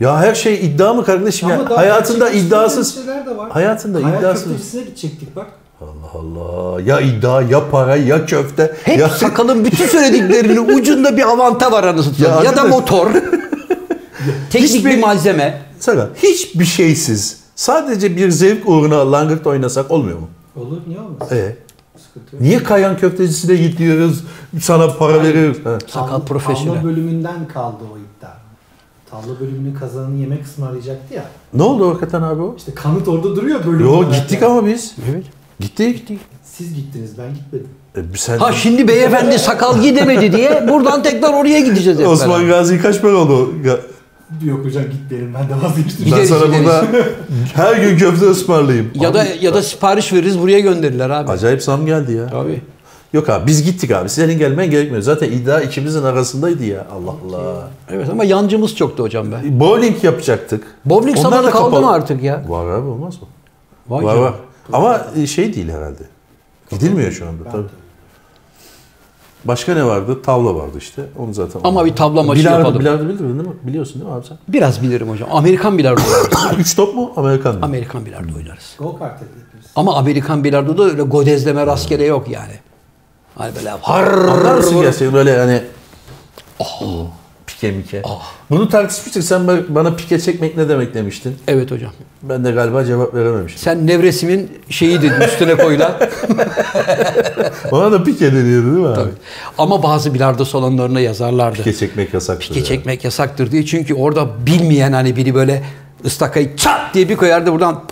Speaker 2: Ya her şey iddia mı kardeşim ya? Hayatında
Speaker 3: gerçekçi
Speaker 2: iddiasız.
Speaker 3: şeyler de var.
Speaker 2: Hayatında
Speaker 3: Hayal
Speaker 2: iddiasız.
Speaker 3: köftesine gidecektik bak.
Speaker 2: Allah Allah. Ya iddia ya para ya köfte.
Speaker 1: Hep
Speaker 2: ya...
Speaker 1: sakalın bütün söylediklerinin ucunda bir avanta var anasını satayım. Ya, da
Speaker 2: arkadaş-
Speaker 1: motor. Teknik
Speaker 2: Hiçbir-
Speaker 1: bir malzeme.
Speaker 2: Sakal hiçbir şeysiz. Sadece bir zevk uğruna langırt oynasak olmuyor mu?
Speaker 3: Olur niye olmaz?
Speaker 2: E.
Speaker 3: Sıkıntı yok.
Speaker 2: Niye kayan köftesine gidiyoruz? Sana para veriyoruz. Ha.
Speaker 1: Sakal
Speaker 3: Tavla-
Speaker 1: profesyonel.
Speaker 3: Tavla bölümünden kaldı o iddia. Tavla bölümünün kazananı yemek ısmarlayacaktı ya.
Speaker 2: Ne oldu hakikaten abi o?
Speaker 3: İşte kanıt orada duruyor bölüm.
Speaker 2: Yo
Speaker 3: olarak
Speaker 2: gittik
Speaker 3: yani.
Speaker 2: ama biz.
Speaker 1: Evet.
Speaker 2: Gittik. Gittik.
Speaker 3: Siz gittiniz ben gitmedim.
Speaker 2: sen
Speaker 1: Ha şimdi beyefendi sakal gidemedi diye buradan tekrar oraya gideceğiz. hep
Speaker 2: Osman
Speaker 1: beraber.
Speaker 2: Gazi kaç para oldu? Ga-
Speaker 3: Yok hocam gitmeyelim ben de vazgeçtim.
Speaker 2: Ben
Speaker 1: Gideriz,
Speaker 2: sana
Speaker 1: gideriz.
Speaker 2: burada her gün köfte ısmarlayayım.
Speaker 1: Ya da
Speaker 2: Abi,
Speaker 1: ya da sipariş veririz buraya gönderirler abi.
Speaker 2: acayip zam geldi ya.
Speaker 1: Tabii.
Speaker 2: Yok abi biz gittik abi. Senin gelmen gerekmiyor. Zaten iddia ikimizin arasındaydı ya. Allah Allah.
Speaker 1: Evet ama yancımız çoktu hocam be.
Speaker 2: Bowling yapacaktık.
Speaker 1: Bowling
Speaker 2: Onlar
Speaker 1: salonu
Speaker 2: da
Speaker 1: kaldı
Speaker 2: kapalı.
Speaker 1: mı artık ya?
Speaker 2: Var abi olmaz mı?
Speaker 1: Vay
Speaker 2: var
Speaker 1: canına.
Speaker 2: var. Ama şey değil herhalde. Gidilmiyor şu anda tabii. Başka ne vardı? Tavla vardı işte. Onu zaten.
Speaker 1: Ama bir tavla maçı
Speaker 2: bilardo,
Speaker 1: yapalım.
Speaker 2: Bilardo bildin değil mi? Biliyorsun değil mi abi sen?
Speaker 1: Biraz bilirim hocam. Amerikan bilardo oynarız.
Speaker 2: Üç top mu? Amerikan mı?
Speaker 1: Amerikan bilardo oynarız.
Speaker 3: Go kart'a gitmişsin.
Speaker 1: Ama Amerikan bilardoda öyle godezleme rastgele yok yani. Hani böyle
Speaker 2: Anlar
Speaker 1: har
Speaker 2: mısın gerçekten böyle hani
Speaker 1: Ah.
Speaker 2: pike mike. Bunu tartışmıştık. Sen ba- bana pike çekmek ne demek demiştin.
Speaker 1: Evet hocam.
Speaker 2: Ben de galiba cevap verememiştim.
Speaker 1: Sen nevresimin şeyi dedin üstüne koyulan.
Speaker 2: Ona da pike deniyordu değil mi abi?
Speaker 1: Ama bazı bilardo salonlarına yazarlardı.
Speaker 2: Pike çekmek yasaktır.
Speaker 1: Pike
Speaker 2: ya.
Speaker 1: çekmek yasaktır diye. Çünkü orada bilmeyen hani biri böyle ıstakayı çat diye bir koyardı buradan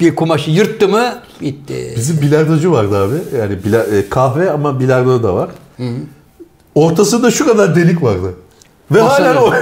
Speaker 1: bir kumaşı yırttı mı bitti.
Speaker 2: Bizim bilardocu vardı abi. Yani bila- e, kahve ama bilardo da var. Ortasında şu kadar delik vardı. Ve
Speaker 1: Masa
Speaker 2: hala o...
Speaker 1: mı?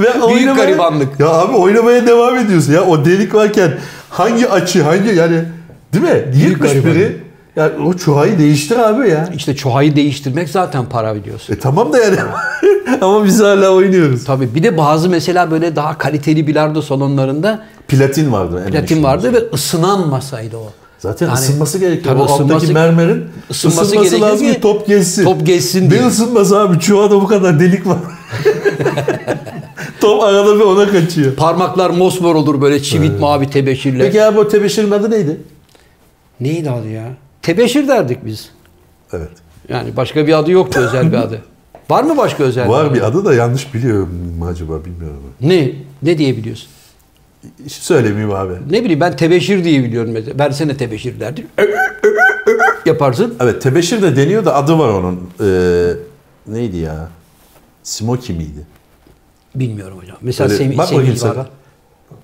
Speaker 2: Ve oynamaya-
Speaker 1: garibanlık.
Speaker 2: Ya abi oynamaya devam ediyorsun ya. O delik varken hangi açı hangi yani değil mi? 71'i yani o çuhayı değiştir abi ya.
Speaker 1: İşte çuhayı değiştirmek zaten para biliyorsun.
Speaker 2: E tamam da yani ama biz hala oynuyoruz.
Speaker 1: Tabii bir de bazı mesela böyle daha kaliteli bilardo salonlarında
Speaker 2: Platin vardı. en
Speaker 1: platin
Speaker 2: meşhur.
Speaker 1: vardı ve ısınan masaydı o.
Speaker 2: Zaten
Speaker 1: Yani-
Speaker 2: ısınması gerekiyor.
Speaker 1: Tabii
Speaker 2: o alttaki
Speaker 1: ısınması-
Speaker 2: mermerin
Speaker 1: ısınması
Speaker 2: ısınması,
Speaker 1: gerekiyor
Speaker 2: lazım
Speaker 1: ki
Speaker 2: ki top geçsin.
Speaker 1: top geçsin diye.
Speaker 2: Ne ısınması abi? Çuvada bu kadar delik var. top arada bir ona kaçıyor.
Speaker 1: Parmaklar mosmor olur böyle çivit mavi tebeşirle.
Speaker 2: Peki abi o tebeşirin adı neydi?
Speaker 1: Neydi adı ya? Tebeşir derdik biz.
Speaker 2: Evet.
Speaker 1: Yani başka bir adı yoktu özel bir adı. Var mı başka özel
Speaker 2: Var
Speaker 1: adı?
Speaker 2: bir adı da yanlış biliyorum mu acaba bilmiyorum.
Speaker 1: Ne? Ne diyebiliyorsun?
Speaker 2: Hiç söylemeyeyim abi.
Speaker 1: Ne bileyim ben tebeşir diye biliyorum mesela. Versene tebeşir derdi. Yaparsın.
Speaker 2: Evet tebeşir de deniyor da adı var onun. Ee, neydi ya? Smoky miydi?
Speaker 1: Bilmiyorum hocam. Mesela
Speaker 2: Öyle-
Speaker 1: Semih,
Speaker 2: bak bakayım
Speaker 1: Semih
Speaker 2: sakal.
Speaker 1: var.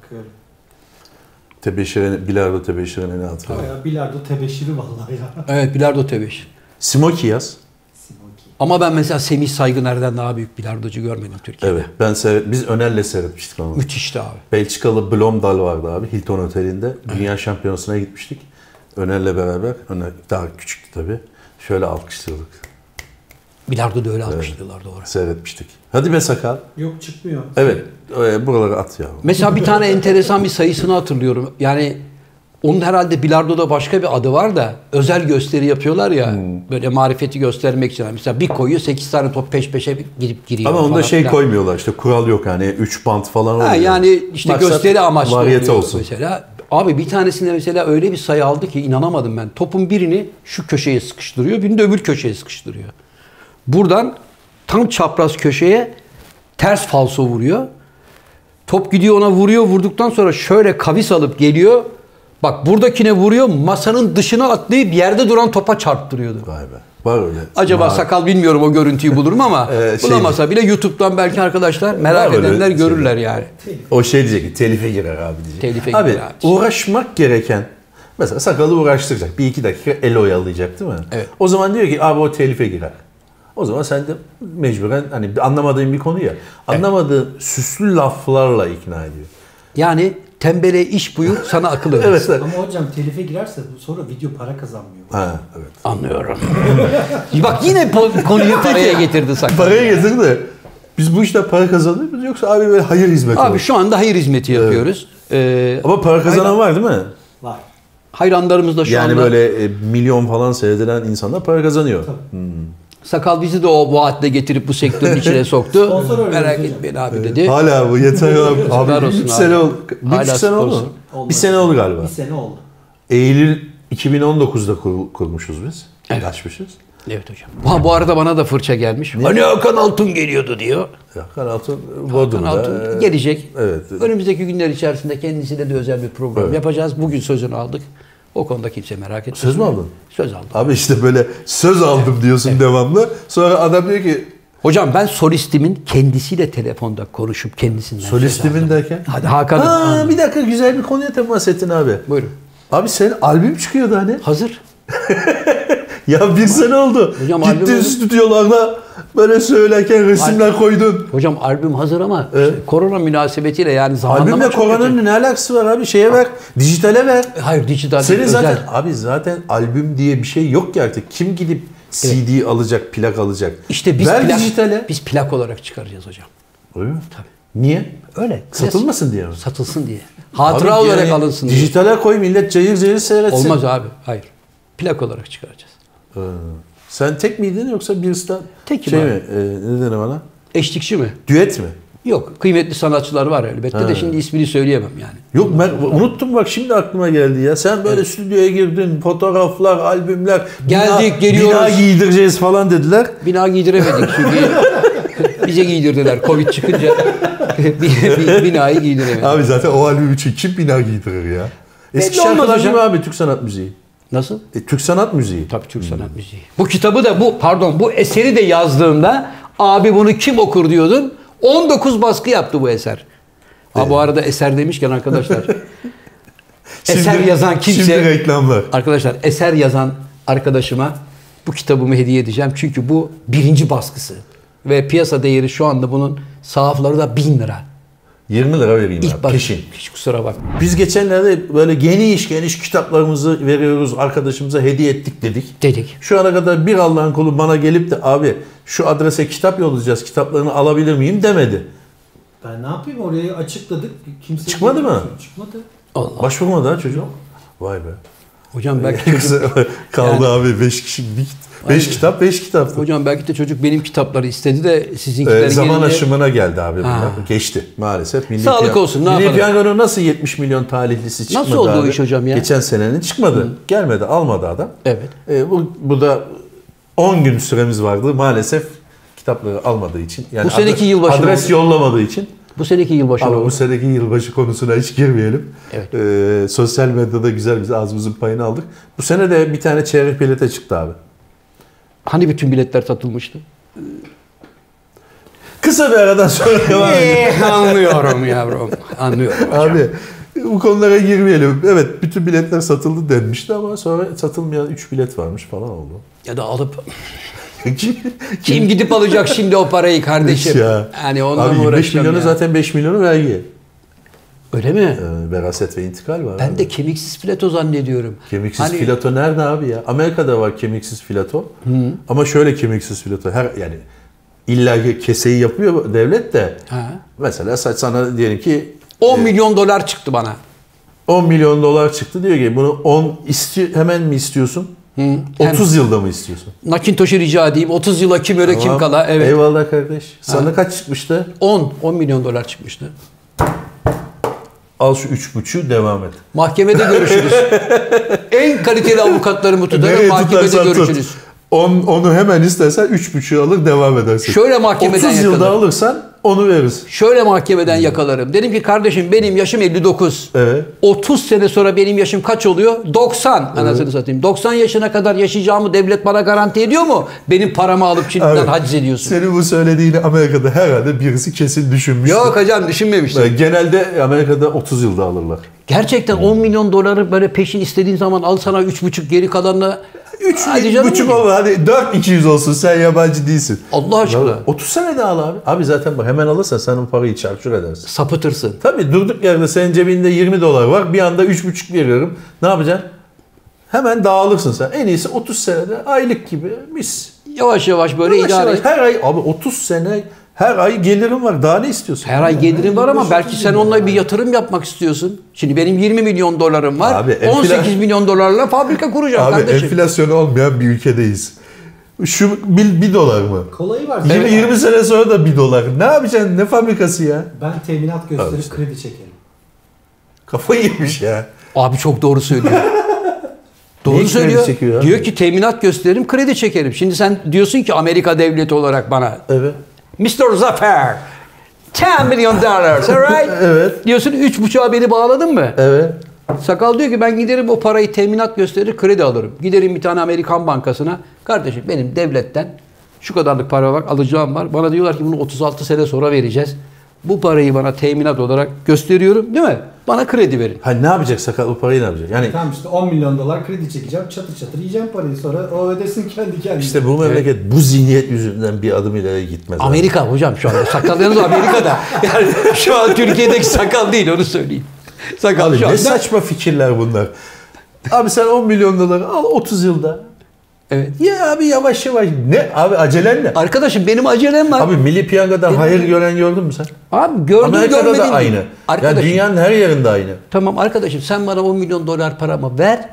Speaker 3: Bakıyorum.
Speaker 2: Tebeşirin, bilardo tebeşirin ne hatırlıyorum.
Speaker 3: Bayağı bilardo tebeşiri vallahi ya.
Speaker 1: Evet bilardo tebeşir.
Speaker 2: Smoky yaz.
Speaker 3: Simoki.
Speaker 1: Ama ben mesela Semih Saygıner'den daha büyük bilardocu görmedim Türkiye'de.
Speaker 2: Evet. Ben seyret, biz Öner'le seyretmiştik onu.
Speaker 1: Müthişti abi.
Speaker 2: Belçikalı Blomdal vardı abi Hilton Oteli'nde. Dünya Şampiyonası'na gitmiştik. Öner'le beraber. Öner daha küçüktü tabii. Şöyle alkışlıyorduk.
Speaker 1: Bilardo da öyle alkışlıyorlar doğru.
Speaker 2: Seyretmiştik. Hadi be sakal.
Speaker 3: Yok çıkmıyor.
Speaker 2: Evet. e, Buraları at ya.
Speaker 1: Mesela bir tane enteresan bir sayısını hatırlıyorum. Yani onun herhalde bilardoda başka bir adı var da özel gösteri yapıyorlar ya
Speaker 2: Hmm.
Speaker 1: böyle marifeti göstermek için. Mesela bir koyuyor 8 tane top peş peşe girip giriyor.
Speaker 2: Ama onda
Speaker 1: falan
Speaker 2: şey
Speaker 1: filan.
Speaker 2: koymuyorlar işte kural yok yani 3 bant falan oluyor.
Speaker 1: Ha, yani işte
Speaker 2: Maksat
Speaker 1: gösteri amaçlı
Speaker 2: Variyete
Speaker 1: oluyor
Speaker 2: olsun.
Speaker 1: mesela. Abi bir tanesinde mesela öyle bir sayı aldı ki inanamadım ben. Topun birini şu köşeye sıkıştırıyor, birini de öbür köşeye sıkıştırıyor. Buradan tam çapraz köşeye ters falso vuruyor. Top gidiyor ona vuruyor. Vurduktan sonra şöyle kavis alıp geliyor. Bak buradakine vuruyor. Masanın dışına atlayıp yerde duran topa çarptırıyordu.
Speaker 2: Vay be. Var öyle.
Speaker 1: Acaba
Speaker 2: Var.
Speaker 1: sakal bilmiyorum o görüntüyü bulur mu ama
Speaker 2: Ee, şey-
Speaker 1: bulamasa bile YouTube'dan belki arkadaşlar merak
Speaker 2: Var öyle
Speaker 1: edenler
Speaker 2: şey.
Speaker 1: görürler yani.
Speaker 2: O şey diyecek ki telife girer abi diyecek.
Speaker 1: Telife
Speaker 2: abi,
Speaker 1: girer abi.
Speaker 2: uğraşmak gereken mesela sakalı uğraştıracak. Bir iki dakika el oyalayacak değil mi?
Speaker 1: Evet.
Speaker 2: O zaman diyor ki abi o telife girer. O zaman sen de mecburen hani bir anlamadığın bir konu ya. Anlamadığın süslü laflarla ikna ediyor.
Speaker 1: Yani tembele iş buyur sana akıl öğretsin.
Speaker 2: Evet. evet.
Speaker 3: Ama hocam telife girerse bu- sonra video para kazanmıyor.
Speaker 2: Ha, evet.
Speaker 1: Anlıyorum. Bak yine po- konuyu paraya getirdi sakın.
Speaker 2: Parayı getirdi de biz bu işten para kazanıyor muyuz yoksa abi böyle hayır hizmeti
Speaker 1: Abi
Speaker 2: olur.
Speaker 1: şu anda hayır hizmeti yapıyoruz. Ee,
Speaker 2: Ama para kazanan var değil mi?
Speaker 3: Var.
Speaker 1: hayranlarımız da şu
Speaker 2: yani
Speaker 1: anda.
Speaker 2: böyle e, milyon falan seyredilen insanlar para kazanıyor.
Speaker 1: Sakal bizi de o vaatle getirip bu sektörün içine soktu.
Speaker 3: Sponsor arıyoruz
Speaker 1: Merak
Speaker 3: hocam.
Speaker 1: etmeyin abi dedi.
Speaker 2: Hala bu yeter abi.
Speaker 1: Yazıklar
Speaker 2: abi
Speaker 1: olsun abi.
Speaker 2: 3 sene oldu. Bir
Speaker 1: Hala
Speaker 2: buçuk sene oldu mu?
Speaker 1: olsun.
Speaker 3: Olmadı.
Speaker 2: Bir sene oldu galiba.
Speaker 3: Bir sene oldu.
Speaker 2: Eylül 2019'da kur- kurmuşuz biz.
Speaker 1: Evet.
Speaker 2: Açmışız.
Speaker 1: Evet hocam. Ha, bu arada bana da fırça gelmiş. Hani Hakan Altun geliyordu diyor.
Speaker 2: Hakan Altun
Speaker 1: Hakan
Speaker 2: Bodrum'da.
Speaker 1: Altun
Speaker 2: e,
Speaker 1: gelecek.
Speaker 2: Evet.
Speaker 1: Önümüzdeki günler içerisinde kendisiyle de özel bir program
Speaker 2: Evet.
Speaker 1: yapacağız. Bugün sözünü aldık. O konuda kimse merak etmesin.
Speaker 2: Söz mü aldın?
Speaker 1: Söz aldım.
Speaker 2: Abi işte böyle söz aldım diyorsun devamlı. Sonra adam diyor ki
Speaker 1: Hocam ben solistimin kendisiyle telefonda konuşup kendisinden söz
Speaker 2: solistimin
Speaker 1: aldım.
Speaker 2: derken.
Speaker 1: Hadi Hakan'ım.
Speaker 2: Ha, bir dakika güzel bir konuya temas ettin abi.
Speaker 1: Buyurun.
Speaker 2: Abi senin albüm çıkıyordu hani.
Speaker 1: Hazır.
Speaker 2: Ya bir sene oldu.
Speaker 1: Hocam albüm
Speaker 2: Gittin
Speaker 1: oldu.
Speaker 2: stüdyolarda böyle söylerken resimler koydun.
Speaker 1: Hocam albüm hazır ama işte korona münasebetiyle yani zamanlama
Speaker 2: Ee? Albümle
Speaker 1: çok kötü.
Speaker 2: koronanın ne alakası var abi? Şeye ver, dijitale ver.
Speaker 1: Hayır dijital değil,
Speaker 2: Senin zaten
Speaker 1: özel.
Speaker 2: abi zaten albüm diye bir şey yok ki artık. Kim gidip CD alacak, plak alacak?
Speaker 1: İşte biz
Speaker 2: ver
Speaker 1: plak,
Speaker 2: dijitale.
Speaker 1: biz plak olarak çıkaracağız hocam.
Speaker 2: Öyle mi? Niye?
Speaker 1: Öyle.
Speaker 2: Satılmasın diye mi?
Speaker 1: Satılsın diye. Hatıra
Speaker 2: Abi
Speaker 1: olarak
Speaker 2: yani
Speaker 1: alınsın diye.
Speaker 2: Dijitale koy millet cayır cayır seyretsin.
Speaker 1: Olmaz abi. Hayır. Plak olarak çıkaracağız.
Speaker 2: Ee, sen tek miydin yoksa birisi de
Speaker 1: Tekim
Speaker 2: şey
Speaker 1: abi.
Speaker 2: mi? Ee, ne denir bana?
Speaker 1: Eşlikçi mi?
Speaker 2: Düet mi?
Speaker 1: Yok. Kıymetli sanatçılar var elbette de şimdi ismini söyleyemem yani.
Speaker 2: Yok ben unuttum bak şimdi aklıma geldi ya. Sen böyle stüdyoya girdin, fotoğraflar, albümler.
Speaker 1: Geldik,
Speaker 2: bina,
Speaker 1: geliyoruz.
Speaker 2: Bina giydireceğiz falan dediler.
Speaker 1: Bina giydiremedik çünkü bize giydirdiler Covid çıkınca bi- bi- binayı giydiremedik.
Speaker 2: Abi zaten o albüm için kim bina giydirir ya? Eski
Speaker 1: Belli olmaz
Speaker 2: şarkılar
Speaker 1: hocam.
Speaker 2: gibi abi Türk sanat müziği.
Speaker 1: Nasıl?
Speaker 2: E, Türk sanat müziği.
Speaker 1: Tabii Türk sanat müziği. Bu kitabı da bu pardon bu eseri de yazdığımda abi bunu kim okur diyordun. 19 baskı yaptı bu eser. Ha
Speaker 2: Ee.
Speaker 1: bu arada eser demişken arkadaşlar eser yazan kimse
Speaker 2: Şimdi reklamlar.
Speaker 1: Arkadaşlar eser yazan arkadaşıma bu kitabımı hediye edeceğim. Çünkü bu birinci baskısı. Ve piyasa değeri şu anda bunun sahafları da bin lira.
Speaker 2: 20 lira vereyim
Speaker 1: İlk
Speaker 2: abi.
Speaker 1: bak.
Speaker 2: Peşin.
Speaker 1: Hiç kusura bakma.
Speaker 2: Biz geçenlerde böyle geniş geniş kitaplarımızı veriyoruz, arkadaşımıza hediye ettik dedik.
Speaker 1: Dedik.
Speaker 2: Şu ana kadar bir Allah'ın kulu bana gelip de abi şu adrese kitap yollayacağız, kitaplarını alabilir miyim demedi.
Speaker 3: Ben ne yapayım orayı açıkladık. Kimse
Speaker 2: Çıkmadı mı?
Speaker 3: Çıkmadı.
Speaker 1: Allah.
Speaker 2: Başvurmadı ha çocuk. Vay be.
Speaker 1: Hocam belki
Speaker 2: Ee.
Speaker 1: de-
Speaker 2: Kaldı abi 5 kişi 5 kitap 5 kitap.
Speaker 1: hocam belki de çocuk benim kitapları istedi de sizinkiler
Speaker 2: Ee, zaman
Speaker 1: gelince-
Speaker 2: aşımına geldi abi bunlar.
Speaker 1: Ha.
Speaker 2: Geçti maalesef. Milli
Speaker 1: Sağlık
Speaker 2: Piyango-
Speaker 1: olsun, ne
Speaker 2: Milli
Speaker 1: yapalım?
Speaker 2: Piyango'nun nasıl 70 milyon talihlisi çıkmadı
Speaker 1: Nasıl oldu o
Speaker 2: abi?
Speaker 1: iş hocam ya?
Speaker 2: Geçen senenin çıkmadı. Gelmedi almadı adam.
Speaker 1: Evet.
Speaker 2: Ee, bu, bu da 10 gün süremiz vardı maalesef kitapları almadığı için. Yani
Speaker 1: Bu seneki yılbaşı
Speaker 2: Adres
Speaker 1: oldu.
Speaker 2: yollamadığı için.
Speaker 1: Bu seneki yılbaşı
Speaker 2: Ama
Speaker 1: oldu.
Speaker 2: bu seneki yılbaşı konusuna hiç girmeyelim.
Speaker 1: Evet.
Speaker 2: Ee, sosyal medyada güzel biz ağzımızın payını aldık. Bu sene de bir tane çeyrek bilete çıktı abi.
Speaker 1: Hani bütün biletler satılmıştı?
Speaker 2: Kısa bir aradan sonra devam edelim.
Speaker 1: Eh, anlıyorum yavrum. Anlıyorum hocam.
Speaker 2: Abi bu konulara girmeyelim. Evet bütün biletler satıldı denmişti ama sonra satılmayan 3 bilet varmış falan oldu.
Speaker 1: Ya da alıp
Speaker 2: Kim,
Speaker 1: kim gidip alacak şimdi o parayı kardeşim?
Speaker 2: Ya.
Speaker 1: Yani onunla
Speaker 2: Abi
Speaker 1: mı
Speaker 2: 25
Speaker 1: uğraşacağım
Speaker 2: milyonu
Speaker 1: ya?
Speaker 2: zaten 5 milyonu vergi.
Speaker 1: Öyle mi?
Speaker 2: Ee, veraset ve intikal var.
Speaker 1: Ben
Speaker 2: abi.
Speaker 1: de kemiksiz plato zannediyorum.
Speaker 2: Kemiksiz
Speaker 1: Hani-
Speaker 2: filato nerede abi ya? Amerika'da var kemiksiz filato. Ama şöyle kemiksiz filato. Her yani illa ki keseyi yapıyor devlet de.
Speaker 1: Ha.
Speaker 2: Mesela saç sana diyelim ki
Speaker 1: 10 milyon dolar çıktı bana.
Speaker 2: 10 milyon dolar çıktı diyor ki bunu 10 istiyor hemen mi istiyorsun? 30 yılda mı istiyorsun?
Speaker 1: Nakintoş'u rica edeyim. 30 yıla kim öyle kim
Speaker 2: Tamam.
Speaker 1: kala. Evet.
Speaker 2: Eyvallah kardeş. Sana kaç çıkmıştı?
Speaker 1: 10. 10 milyon dolar çıkmıştı.
Speaker 2: Al şu üç buçu devam et.
Speaker 1: Mahkemede görüşürüz. en kaliteli avukatlarımı tutarım. Mahkemede görüşürüz.
Speaker 2: On, onu hemen istersen üç buçuğu alır devam edersin.
Speaker 1: Şöyle mahkemeden
Speaker 2: 30 yılda
Speaker 1: yakalarım.
Speaker 2: alırsan onu veririz.
Speaker 1: Şöyle mahkemeden yakalarım. Dedim ki kardeşim benim yaşım 59.
Speaker 2: Evet.
Speaker 1: 30 sene sonra benim yaşım kaç oluyor? 90 anasını satayım. 90 yaşına kadar yaşayacağımı devlet bana garanti ediyor mu? Benim paramı alıp şimdiden
Speaker 2: Evet.
Speaker 1: haciz ediyorsun.
Speaker 2: Senin bu söylediğini Amerika'da herhalde birisi kesin düşünmüş. Ee,
Speaker 1: Yok hocam düşünmemiştim.
Speaker 2: Genelde Amerika'da 30 yılda alırlar.
Speaker 1: Gerçekten 10 milyon doları böyle peşin istediğin zaman al sana 3,5 geri kalanla 3
Speaker 2: buçuk olur hadi 4 200 olsun sen yabancı değilsin.
Speaker 1: Allah aşkına.
Speaker 2: Lan 30 sene de al abi. Abi zaten bak hemen alırsan sen o parayı çarçur edersin.
Speaker 1: Sapıtırsın.
Speaker 2: Tabii durduk yerde senin cebinde 20 dolar var. Bir anda 3,5 veriyorum. Ne yapacaksın? Hemen dağılırsın sen. En iyisi 30 senede aylık gibi mis.
Speaker 1: Yavaş yavaş böyle
Speaker 2: Yavaş
Speaker 1: idare
Speaker 2: yavaş
Speaker 1: et.
Speaker 2: her ay abi 30 sene her ay gelirim var. Daha ne istiyorsun?
Speaker 1: Her ay gelirin var ama belki sen
Speaker 2: onunla
Speaker 1: onunla bir yatırım yapmak istiyorsun. Şimdi benim 20 milyon dolarım var.
Speaker 2: Abi, enfla-
Speaker 1: 18 milyon dolarla fabrika kuracağım
Speaker 2: Abi
Speaker 1: kardeşim.
Speaker 2: enflasyonu olmayan bir ülkedeyiz. Şu 1, dolar mı?
Speaker 3: Kolayı var.
Speaker 2: 20, 20 sene sonra da 1 dolar. Ne yapacaksın? Ne fabrikası ya?
Speaker 3: Ben teminat
Speaker 2: Abi
Speaker 3: gösterip
Speaker 2: işte.
Speaker 3: kredi çekerim.
Speaker 2: Kafayı yemiş ya.
Speaker 1: Abi çok doğru söylüyor.
Speaker 2: Niye
Speaker 1: doğru
Speaker 2: kredi
Speaker 1: söylüyor.
Speaker 2: çekiyor abi?
Speaker 1: Diyor ki teminat gösteririm, kredi çekerim. Şimdi sen diyorsun ki Amerika devleti olarak bana
Speaker 2: Evet.
Speaker 1: Mr. Zafer 10 milyon dollars, alright?
Speaker 2: Evet.
Speaker 1: Diyorsun 3.5'a beni bağladın mı?
Speaker 2: Evet.
Speaker 1: Sakal diyor ki ben giderim o parayı teminat gösterir kredi alırım. Giderim bir tane Amerikan bankasına. Kardeşim benim devletten şu kadarlık para var alacağım var. Bana diyorlar ki bunu 36 sene sonra vereceğiz. Bu parayı bana teminat olarak gösteriyorum değil mi? Bana kredi verin.
Speaker 2: Ha ne yapacak sakal bu parayı ne yapacak? Yani
Speaker 3: Tamam işte 10 milyon dolar kredi çekeceğim. Çatır çatır yiyeceğim parayı sonra. O ödesin kendi kendine.
Speaker 2: işte bu memleket bu zihniyet yüzünden bir adım ileri gitmez. abi.
Speaker 1: Amerika hocam şu anda. Sakallarınız Amerika'da. Yani şu an Türkiye'deki sakal değil onu söyleyeyim. Sakal
Speaker 2: Abi
Speaker 1: şu
Speaker 2: ne
Speaker 1: anda.
Speaker 2: saçma fikirler bunlar. Abi sen 10 milyon dolar al 30 yılda.
Speaker 1: Evet.
Speaker 2: Ya abi yavaş yavaş. Ne abi acelen ne?
Speaker 1: Arkadaşım benim acelem var. Abi,
Speaker 2: Abi milli piyangodan hayır gören gördün mü sen?
Speaker 1: gördüm
Speaker 2: Amerika'da
Speaker 1: görmedim.
Speaker 2: da aynı.
Speaker 1: Arkadaşım.
Speaker 2: Ya dünyanın her yerinde aynı.
Speaker 1: Tamam arkadaşım sen bana 10 milyon dolar paramı ver.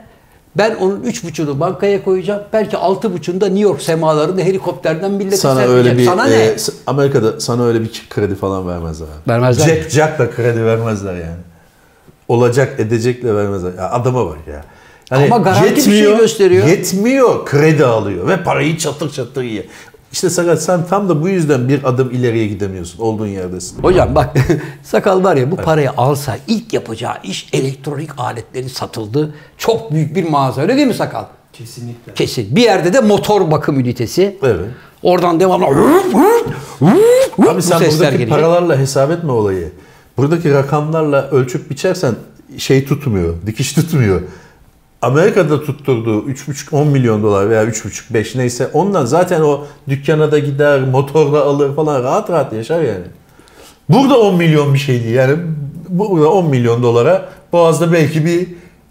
Speaker 1: Ben onun üç buçuğunu bankaya koyacağım. Belki altı buçuğunu da New York semalarında helikopterden millete
Speaker 2: Sana
Speaker 1: serpeceğim.
Speaker 2: öyle bir
Speaker 1: Sana
Speaker 2: e,
Speaker 1: ne?
Speaker 2: s- Amerika'da sana öyle bir kredi falan vermezler. abi.
Speaker 1: Vermezler mi?
Speaker 2: Jack Jack da kredi vermezler yani. Olacak edecekle vermezler. Ya adama bak ya. Hani
Speaker 1: Ama garanti bir şey gösteriyor.
Speaker 2: Yetmiyor. Kredi alıyor ve parayı çatır çatır yiyor. İşte Sakat sen tam da bu yüzden bir adım ileriye gidemiyorsun. Olduğun yerdesin.
Speaker 1: Hocam bak sakal var ya bu parayı alsa ilk yapacağı iş elektronik aletlerin satıldığı çok büyük bir mağaza öyle değil mi sakal?
Speaker 3: Kesinlikle.
Speaker 1: Kesin. Bir yerde de motor bakım ünitesi.
Speaker 2: Evet.
Speaker 1: Oradan devamlı
Speaker 2: Abi sen
Speaker 1: sesler
Speaker 2: buradaki
Speaker 1: gelecek.
Speaker 2: paralarla hesap etme olayı. Buradaki rakamlarla ölçüp biçersen şey tutmuyor, dikiş tutmuyor. Amerika'da tutturduğu 3,5 10 milyon dolar veya 3,5 5 neyse ondan zaten o dükkana da gider, motorla alır falan rahat rahat yaşar yani. Burada 10 milyon bir şeydi yani bu- burada 10 milyon dolara Boğaz'da belki bir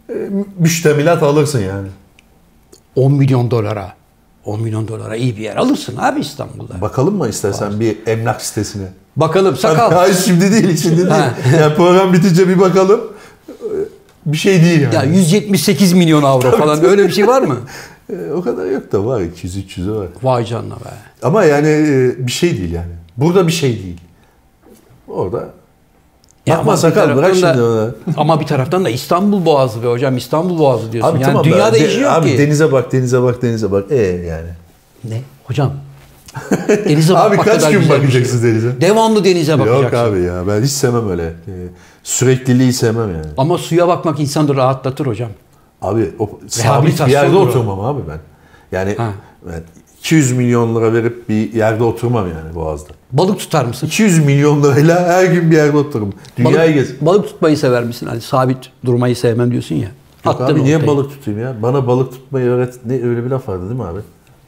Speaker 2: e, müştemilat alırsın yani.
Speaker 1: 10 milyon dolara. 10 milyon dolara iyi bir yer alırsın abi İstanbul'da.
Speaker 2: Bakalım mı istersen bir emlak sitesine?
Speaker 1: Bakalım sakal.
Speaker 2: Hayır şimdi değil şimdi değil.
Speaker 1: Ha.
Speaker 2: yani program bitince bir bakalım. Ee, Bir şey değil yani.
Speaker 1: Ya 178 milyon avro falan öyle bir şey var mı?
Speaker 2: Ee, O kadar yok da var 200-300'e var.
Speaker 1: Vay canına be.
Speaker 2: Ama yani e, bir şey değil yani. Burada bir şey değil. Orada.
Speaker 1: Ya ama
Speaker 2: Bakma
Speaker 1: bir
Speaker 2: sakal bırak
Speaker 1: taraftan da-
Speaker 2: şimdi onu.
Speaker 1: Ama bir taraftan da İstanbul Boğazı be hocam İstanbul Boğazı diyorsun.
Speaker 2: Abi
Speaker 1: yani
Speaker 2: tamam da-
Speaker 1: dünyada
Speaker 2: de-
Speaker 1: işi yok
Speaker 2: abi
Speaker 1: ki.
Speaker 2: denize bak denize bak denize bak. E yani.
Speaker 1: Ne? Hocam. Denize
Speaker 2: Abi
Speaker 1: bakmak
Speaker 2: kaç
Speaker 1: kadar
Speaker 2: gün
Speaker 1: güzel bir şey.
Speaker 2: bakacaksın denize?
Speaker 1: Devamlı denize bakacaksın.
Speaker 2: Yok abi ya ben hiç sevmem öyle. Ee, Sürekliliği sevmem yani.
Speaker 1: Ama suya bakmak insanı rahatlatır hocam.
Speaker 2: Abi o sabit
Speaker 1: Rehabilitasyon
Speaker 2: bir yerde
Speaker 1: olur o.
Speaker 2: oturmam abi ben. Yani
Speaker 1: Ha.
Speaker 2: ben 200 milyon lira verip bir yerde oturmam yani Boğaz'da.
Speaker 1: Balık tutar mısın?
Speaker 2: 200 milyon lirayla her gün bir yerde otururum. Dünyayı gez.
Speaker 1: balık, balık tutmayı sever misin? Hani sabit durmayı sevmem diyorsun ya.
Speaker 2: Yok
Speaker 1: Attın
Speaker 2: abi niye
Speaker 1: ortaya.
Speaker 2: balık tutayım ya? Bana balık tutmayı öğret. Ne öyle bir laf vardı değil mi abi?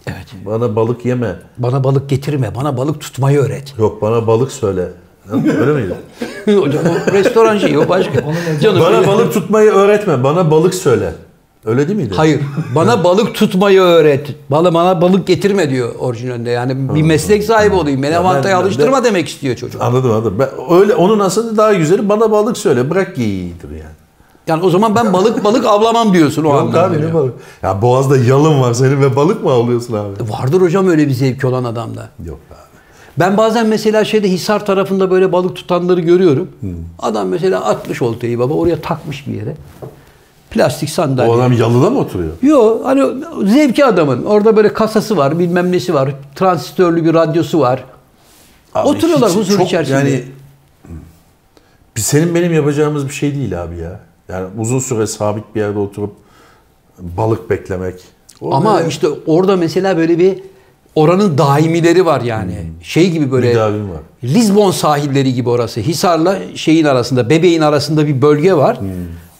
Speaker 1: Evet.
Speaker 2: Bana balık yeme.
Speaker 1: Bana balık getirme, bana balık tutmayı öğret.
Speaker 2: Yok bana balık söyle. Öyle miydi?
Speaker 1: Hocam o restoran şeyi o başka. Canım,
Speaker 2: bana
Speaker 1: öyle-
Speaker 2: balık tutmayı öğretme. Bana balık söyle. Öyle değil miydi?
Speaker 1: Hayır. Bana balık tutmayı öğret. Bana bana balık getirme diyor orijinalde. Yani bir meslek sahibi olayım. Beni avantaya
Speaker 2: ben de-
Speaker 1: alıştırma demek istiyor çocuk.
Speaker 2: Anladım anladım. Ben, öyle onun aslında daha güzeli bana balık söyle. Bırak geyiğidir yani.
Speaker 1: Yani o zaman ben balık balık avlamam diyorsun o
Speaker 2: Yok
Speaker 1: anlamda.
Speaker 2: abi ne
Speaker 1: diyor.
Speaker 2: balık? Ya boğazda yalın var senin ve balık mı avlıyorsun abi?
Speaker 1: Vardır hocam öyle bir zevki olan adamda.
Speaker 2: Yok abi.
Speaker 1: Ben bazen mesela şeyde Hisar tarafında böyle balık tutanları görüyorum. Adam mesela atmış oltayı baba oraya takmış bir yere. Plastik sandalye.
Speaker 2: O adam yalıda mı oturuyor?
Speaker 1: Yo hani zevki adamın. Orada böyle kasası var, bilmem nesi var. Transistörlü bir radyosu var.
Speaker 2: Abi
Speaker 1: Oturuyorlar
Speaker 2: hiç-
Speaker 1: huzur
Speaker 2: çok
Speaker 1: içerisinde.
Speaker 2: Yani Hmm. bir senin benim yapacağımız bir şey değil abi ya. Yani uzun süre sabit bir yerde oturup balık beklemek. O
Speaker 1: Ama
Speaker 2: böyle
Speaker 1: işte orada mesela böyle bir oranın daimileri var yani. Şey gibi böyle
Speaker 2: müdavim var.
Speaker 1: Lizbon sahilleri gibi orası. Hisar'la şeyin arasında, bebeğin arasında bir bölge var.
Speaker 2: Hmm.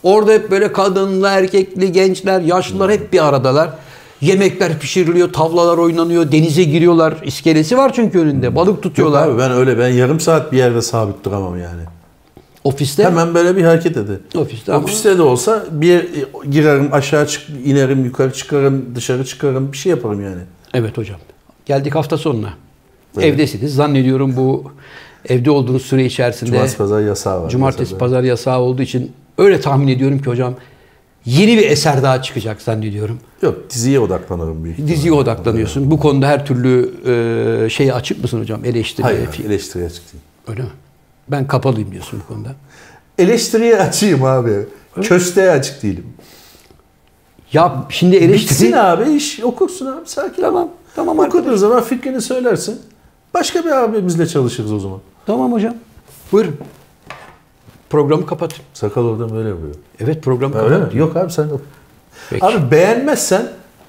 Speaker 1: Orada hep böyle kadınla, erkekli, gençler, yaşlılar hep bir aradalar. Yemekler pişiriliyor, tavlalar oynanıyor, denize giriyorlar. İskelesi var çünkü önünde. Balık
Speaker 2: Hmm. Yok
Speaker 1: tutuyorlar.
Speaker 2: abi ben öyle ben yarım saat bir yerde sabit duramam yani.
Speaker 1: Ofiste
Speaker 2: Hemen böyle bir hareket edi.
Speaker 1: Ofiste ama-
Speaker 2: Ofiste de olsa bir e, girerim aşağı çık inerim yukarı çıkarım dışarı çıkarım bir şey yaparım yani.
Speaker 1: Evet hocam. Geldik hafta sonuna. Evdesiniz. Zannediyorum bu evde olduğunuz süre içerisinde
Speaker 2: Cumartesi pazar yasağı var.
Speaker 1: cumartesi,
Speaker 2: Mesela.
Speaker 1: pazar yasağı olduğu için öyle tahmin ediyorum ki hocam yeni bir eser daha çıkacak zannediyorum.
Speaker 2: Yok diziye odaklanırım büyük.
Speaker 1: Diziye odaklanıyorsun. Bu konuda her türlü e, şeye açık mısın hocam? Eleştiri.
Speaker 2: Hayır,
Speaker 1: fi-
Speaker 2: eleştiriye açık değil.
Speaker 1: Öyle mi? Ben kapalıyım diyorsun bu konuda.
Speaker 2: Eleştiriye açayım abi. Kösteğe açık değilim.
Speaker 1: Ya şimdi
Speaker 2: Bitsin
Speaker 1: eleştiri
Speaker 2: abi iş okursun abi sakin. Tamam. Tamam Okuduğun zaman fikrini söylersin. Başka bir abimizle çalışırız o zaman.
Speaker 1: Tamam hocam. Buyurun. Programı kapatın.
Speaker 2: Sakal oradan böyle yapıyor.
Speaker 1: Evet programı
Speaker 2: Ha, Öyle
Speaker 1: kapatın.
Speaker 2: mi? Yok abi sen
Speaker 1: Peki.
Speaker 2: Abi beğenmezsen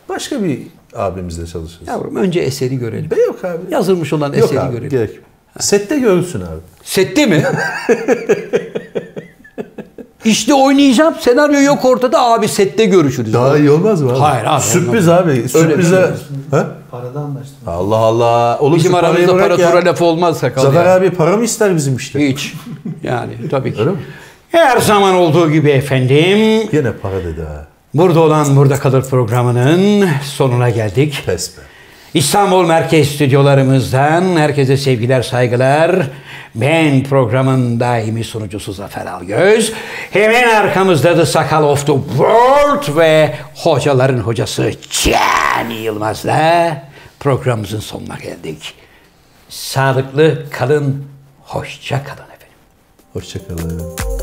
Speaker 2: başka bir abimizle çalışırız.
Speaker 1: Yavrum önce eseri görelim.
Speaker 2: Be yok abi.
Speaker 1: Yazılmış olan
Speaker 2: yok
Speaker 1: eseri
Speaker 2: abi
Speaker 1: görelim.
Speaker 2: gerek yok. Sette görürsün abi.
Speaker 1: Sette mi? işte oynayacağım. Senaryo yok ortada. Abi sette görüşürüz.
Speaker 2: Daha iyi olmaz mı abi?
Speaker 1: Hayır abi,
Speaker 2: Sürpriz abi. Sürprize. Ha?
Speaker 3: Parada anlaştınız.
Speaker 2: Allah Allah. Oğlum
Speaker 1: Bizim
Speaker 2: şu parayı
Speaker 1: aramızda
Speaker 2: bırak
Speaker 1: para
Speaker 2: ya.
Speaker 1: tura lafı olmaz sakal
Speaker 2: Zafer
Speaker 1: ya.
Speaker 2: abi para mı ister bizim işte?
Speaker 1: Hiç. Yani tabii ki.
Speaker 2: Öyle mi?
Speaker 1: Her zaman olduğu gibi efendim.
Speaker 2: Yine para dedi ha.
Speaker 1: Burada olan burada kalır programının sonuna geldik.
Speaker 2: Pes be.
Speaker 1: İstanbul Merkez Stüdyolarımızdan herkese sevgiler, saygılar. Ben programın daimi sunucusu Zafer Algöz. Hemen arkamızda The Sakal of the World ve hocaların hocası Can Yılmaz'la programımızın sonuna geldik. Sağlıklı kalın, hoşça kalın efendim.
Speaker 2: Hoşçakalın.